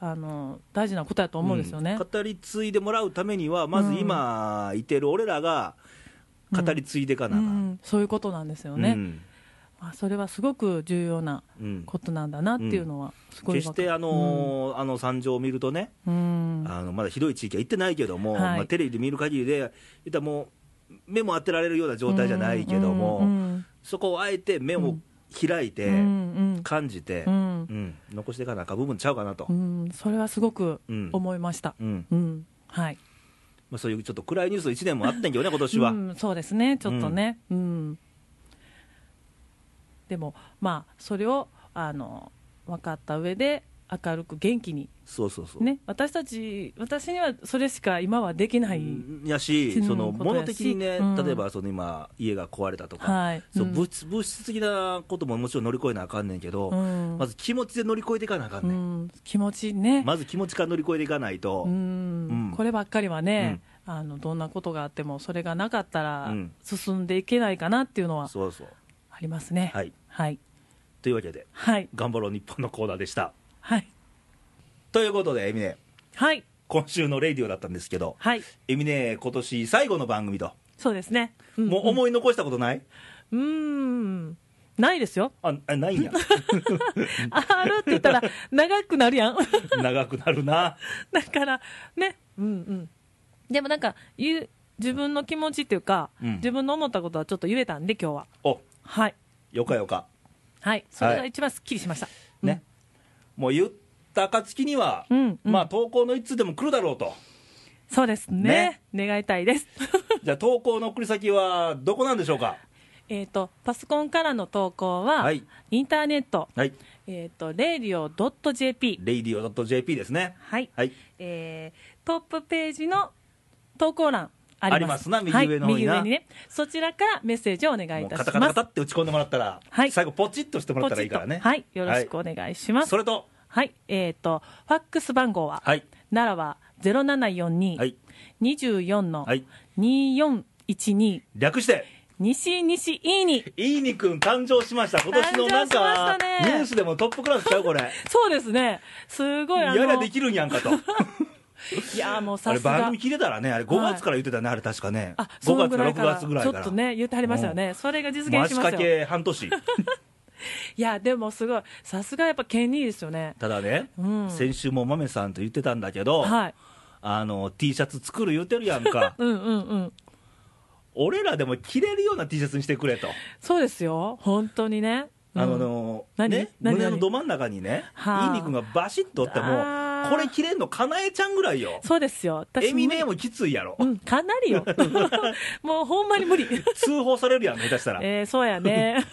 Speaker 2: あの大事なことやと思うんですよね。
Speaker 1: ん語り継いでもらうためには、まず今いてる俺らが語り継いでか
Speaker 2: う
Speaker 1: なあかん
Speaker 2: ん、そういうことなんですよね、
Speaker 1: うん
Speaker 2: まあ、それはすごく重要な
Speaker 1: うん
Speaker 2: ことなんだなっていうのは、すごい
Speaker 1: 決
Speaker 2: わ
Speaker 1: し
Speaker 2: かる
Speaker 1: てあのーあの惨状を見るとね、
Speaker 2: うんうん
Speaker 1: あのまだひどい地域は行ってないけども、
Speaker 2: はい
Speaker 1: まあ、テレビで見る限りで、言ったらもう、目も当てられるような状態じゃないけども、
Speaker 2: うん
Speaker 1: そこをあえて目を開いて、
Speaker 2: うんうん
Speaker 1: 感じて、
Speaker 2: う
Speaker 1: うん
Speaker 2: ん
Speaker 1: 残していかなあかん部分ちゃうかなと、
Speaker 2: うんそれはすごく
Speaker 1: うん
Speaker 2: 思いました。
Speaker 1: うん
Speaker 2: うんはい
Speaker 1: まあ、そういうちょっと暗いニュース1年もあったんけどね、今年は。
Speaker 2: うん、そうですね、ちょっとね、うんでも、まあ、それをあの分かった上で、明るく元気に、
Speaker 1: そうそうそう、
Speaker 2: ね、私たち、私にはそれしか今はできない、
Speaker 1: うんやし、
Speaker 2: うん
Speaker 1: その
Speaker 2: ことやし
Speaker 1: 物的にね、
Speaker 2: うん
Speaker 1: 例えばその今、家が壊れたとか、
Speaker 2: はい
Speaker 1: そう
Speaker 2: うん
Speaker 1: 物質物質的なことももちろん乗り越えなあかんねんけど、
Speaker 2: うん
Speaker 1: まず気持ちで乗り越えていかなあかん
Speaker 2: う
Speaker 1: ねん、
Speaker 2: ん、気持ちね、
Speaker 1: まず気持ちから乗り越えていかないと、
Speaker 2: うん
Speaker 1: うん
Speaker 2: こればっかりはね、あの、どんなことがあっても、それがなかったら
Speaker 1: うん
Speaker 2: 進んでいけないかなっていうのは
Speaker 1: そうそう。
Speaker 2: ありますね。
Speaker 1: はい、
Speaker 2: はい、
Speaker 1: というわけで、
Speaker 2: はい、
Speaker 1: 頑張ろう日本のコーナーでした。
Speaker 2: はい、
Speaker 1: ということで、エミネ、
Speaker 2: はい、
Speaker 1: 今週のレディオだったんですけど、
Speaker 2: はい
Speaker 1: エミネ、今年最後の番組と、
Speaker 2: そうですね。ん
Speaker 1: もう思い残したことない、
Speaker 2: うーん、ないですよ。
Speaker 1: ああないん や、
Speaker 2: あるって言っ たら長くなるやん。
Speaker 1: 長くなるな、
Speaker 2: だから、ね。うんうん。でもなんか、言う、自分の気持ちっていうか、
Speaker 1: うん
Speaker 2: 自分の思ったことはちょっと言えたんで、今日は。
Speaker 1: お
Speaker 2: はい。
Speaker 1: よかよか、
Speaker 2: はい。それが一番すっきりしました。
Speaker 1: ね、もう言った暁には、
Speaker 2: うんうん
Speaker 1: まあ、投稿の一通でも来るだろう と、
Speaker 2: そうですね。願いたいです。
Speaker 1: じゃあ、投稿の送り先はどこなんでしょうか。
Speaker 2: えっと、パソコンからの投稿は、
Speaker 1: はい
Speaker 2: インターネット、
Speaker 1: はい、
Speaker 2: えっ、と、radio.jp。
Speaker 1: radio.jp ですね。
Speaker 2: はい。
Speaker 1: はい、
Speaker 2: えートップページの投稿欄あります
Speaker 1: ありますな右上の方にな
Speaker 2: はい、右上にねそちらからメッセージをお願いい
Speaker 1: もう
Speaker 2: た
Speaker 1: カ
Speaker 2: します
Speaker 1: タカタカタって打ち込んでもらったら、
Speaker 2: はい
Speaker 1: 最後、ポチッとしてもらったらいいからね。
Speaker 2: ポチッとはいよろしくお願いします
Speaker 1: そ
Speaker 2: はい、
Speaker 1: れと、
Speaker 2: えっ、とファックス番号は、
Speaker 1: はい、
Speaker 2: 奈良は0742、
Speaker 1: はい、
Speaker 2: 24の
Speaker 1: はい
Speaker 2: 2412
Speaker 1: 略して、
Speaker 2: 西西いいに
Speaker 1: いいにくん誕生しました、今年のなんか
Speaker 2: 誕生しまし、たね
Speaker 1: ニュースでもトップクラスちゃう、これ、
Speaker 2: そう ですねすごい
Speaker 1: や
Speaker 2: あ
Speaker 1: りゃ
Speaker 2: の
Speaker 1: できるんやんかと、
Speaker 2: いやもう
Speaker 1: あ
Speaker 2: さ
Speaker 1: れ、
Speaker 2: すが
Speaker 1: 番組聞いてたらね、あれ、5月から言ってたね、あれ、確かね、
Speaker 2: あ
Speaker 1: 5
Speaker 2: その
Speaker 1: 月
Speaker 2: ぐ
Speaker 1: から
Speaker 2: い
Speaker 1: 6
Speaker 2: から
Speaker 1: 月ぐらいから、
Speaker 2: ちょっとね言ってはりましたよね、それが
Speaker 1: うん、
Speaker 2: 実
Speaker 1: もう
Speaker 2: 現
Speaker 1: 足
Speaker 2: しまし
Speaker 1: 掛
Speaker 2: たよ
Speaker 1: け半年、
Speaker 2: いやでもすごいさすがやっぱ権利ですよね
Speaker 1: ただね、
Speaker 2: うん
Speaker 1: 先週もまめさんと言ってたんだけど、
Speaker 2: はい、
Speaker 1: あの T シャツ作る言うてるやんか
Speaker 2: うんうんうん
Speaker 1: 俺らでも着れるような T シャツにしてくれと、
Speaker 2: そうですよ本当にね、うん
Speaker 1: あの
Speaker 2: 何
Speaker 1: ね、
Speaker 2: 何
Speaker 1: 胸の
Speaker 2: 何
Speaker 1: ど真ん中にね、
Speaker 2: はい
Speaker 1: いい肉がバシッとおっても
Speaker 2: あー、
Speaker 1: これ着れんの、かなえちゃんぐらいよ、
Speaker 2: そうですよ
Speaker 1: エミネ
Speaker 2: 無
Speaker 1: もきついやろ
Speaker 2: 理う。んかなり よもうほんまに無理
Speaker 1: 通報されるやん、下手したら。
Speaker 2: えー、そうや ね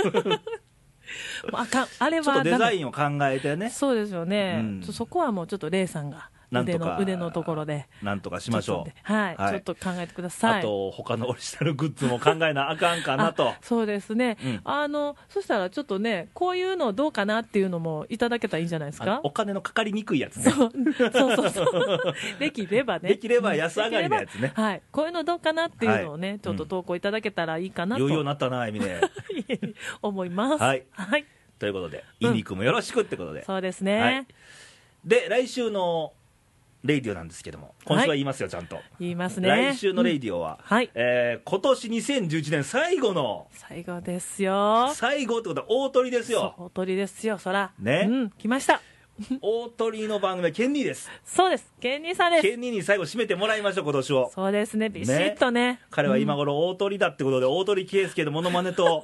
Speaker 2: もうあかんあれは
Speaker 1: ちょっとデザ
Speaker 2: ン
Speaker 1: インを考えてね、
Speaker 2: そうですよね、
Speaker 1: うん
Speaker 2: ちょそこはもうちょっとレイさんが
Speaker 1: なん
Speaker 2: 腕
Speaker 1: とか
Speaker 2: の腕のところで
Speaker 1: なんとかしましょ
Speaker 2: ち
Speaker 1: う
Speaker 2: っと。ねはい、
Speaker 1: はい
Speaker 2: ちょっと考えてください
Speaker 1: あと、他のオリジナルグッズも考えなあかんかなと
Speaker 2: あ。そうですね、
Speaker 1: うん
Speaker 2: あのそしたらちょっとねこういうのどうかなっていうのもいただけたらいいんじゃないです
Speaker 1: あの
Speaker 2: か
Speaker 1: お金のかかりにくいやつね。
Speaker 2: そうそうそうそう できればね
Speaker 1: できれば安上がりのやつね
Speaker 2: できればはいこういうのどうかなっていうのをね、
Speaker 1: はい
Speaker 2: ちょっと投稿いただけたらいいかなと
Speaker 1: 余裕になったな、エミネ。
Speaker 2: 思います
Speaker 1: はい
Speaker 2: はい、
Speaker 1: ということで、イニクもよろしくってことで。
Speaker 2: そうですね、
Speaker 1: はいで、来週のレイディオなんですけども、今週は言いますよ、ちゃんと。
Speaker 2: 言いますね
Speaker 1: 来週のレイ
Speaker 2: うん
Speaker 1: ディオは、
Speaker 2: はい
Speaker 1: えー今年2011年最後の、
Speaker 2: 最後ですよ
Speaker 1: 最後ってことは大鳥ですよ。
Speaker 2: そうおとりですよそら
Speaker 1: ね
Speaker 2: うん来ました
Speaker 1: 大鳥の番組はケンニーです。
Speaker 2: そうです芸人さんです
Speaker 1: ケンニーに最後締めてもらいましょう、今年を。
Speaker 2: そうですねビシッとね
Speaker 1: 彼は今頃大鳥だってことで、大鳥圭介のモノマネと、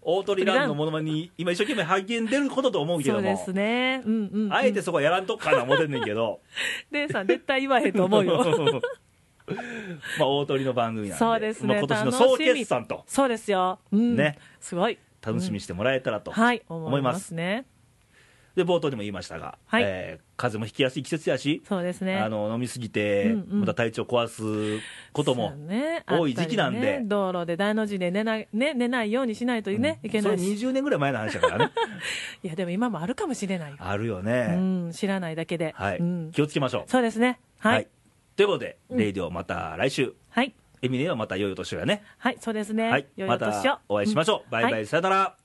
Speaker 1: 大鳥ランのモノマネに今一生懸命発言出ることと思うけ
Speaker 2: そ
Speaker 1: ど
Speaker 2: う
Speaker 1: も、
Speaker 2: ですねうんうん、うん、
Speaker 1: あえてそこはやらんとっかな思てんねんけど、
Speaker 2: レイさん絶対言わへんと思うよ
Speaker 1: まあ大鳥の番組なんで、
Speaker 2: そうです
Speaker 1: まあ
Speaker 2: ね、
Speaker 1: 今年の
Speaker 2: 楽し
Speaker 1: 総
Speaker 2: み
Speaker 1: 決算と
Speaker 2: そうですよ、うん、
Speaker 1: ね
Speaker 2: すごい
Speaker 1: 楽しみにしてもらえたらと
Speaker 2: はい、
Speaker 1: 思
Speaker 2: 思
Speaker 1: い
Speaker 2: い
Speaker 1: ま
Speaker 2: ます
Speaker 1: す。
Speaker 2: ね。
Speaker 1: で、冒頭にも言いましたが、
Speaker 2: はい
Speaker 1: えー風邪もひきやすい季節やし、
Speaker 2: そうですね。
Speaker 1: あの飲みすぎて、
Speaker 2: うんうん
Speaker 1: また体調壊すことも
Speaker 2: そう、ね
Speaker 1: 多い時期なんで
Speaker 2: あったりね道路で大の字で寝ない,、ね、寝ないようにしないとね、いけ
Speaker 1: そ
Speaker 2: な
Speaker 1: れ
Speaker 2: いし、
Speaker 1: 20年ぐらい前の話だから ね、
Speaker 2: いや、でも今もあるかもしれないよ、
Speaker 1: あるよ
Speaker 2: う
Speaker 1: ね、
Speaker 2: ん、知らないだけで、
Speaker 1: はい、
Speaker 2: うん
Speaker 1: 気をつけましょう。
Speaker 2: そうですね、はい、はい、
Speaker 1: ということで、レイディオまた来週、
Speaker 2: はい、
Speaker 1: エミネはまた良いお年をやね。
Speaker 2: そうですね、
Speaker 1: はい、
Speaker 2: 良い
Speaker 1: ま
Speaker 2: お年を
Speaker 1: たお会いしましょう。バイバイ、
Speaker 2: はい
Speaker 1: さよなら。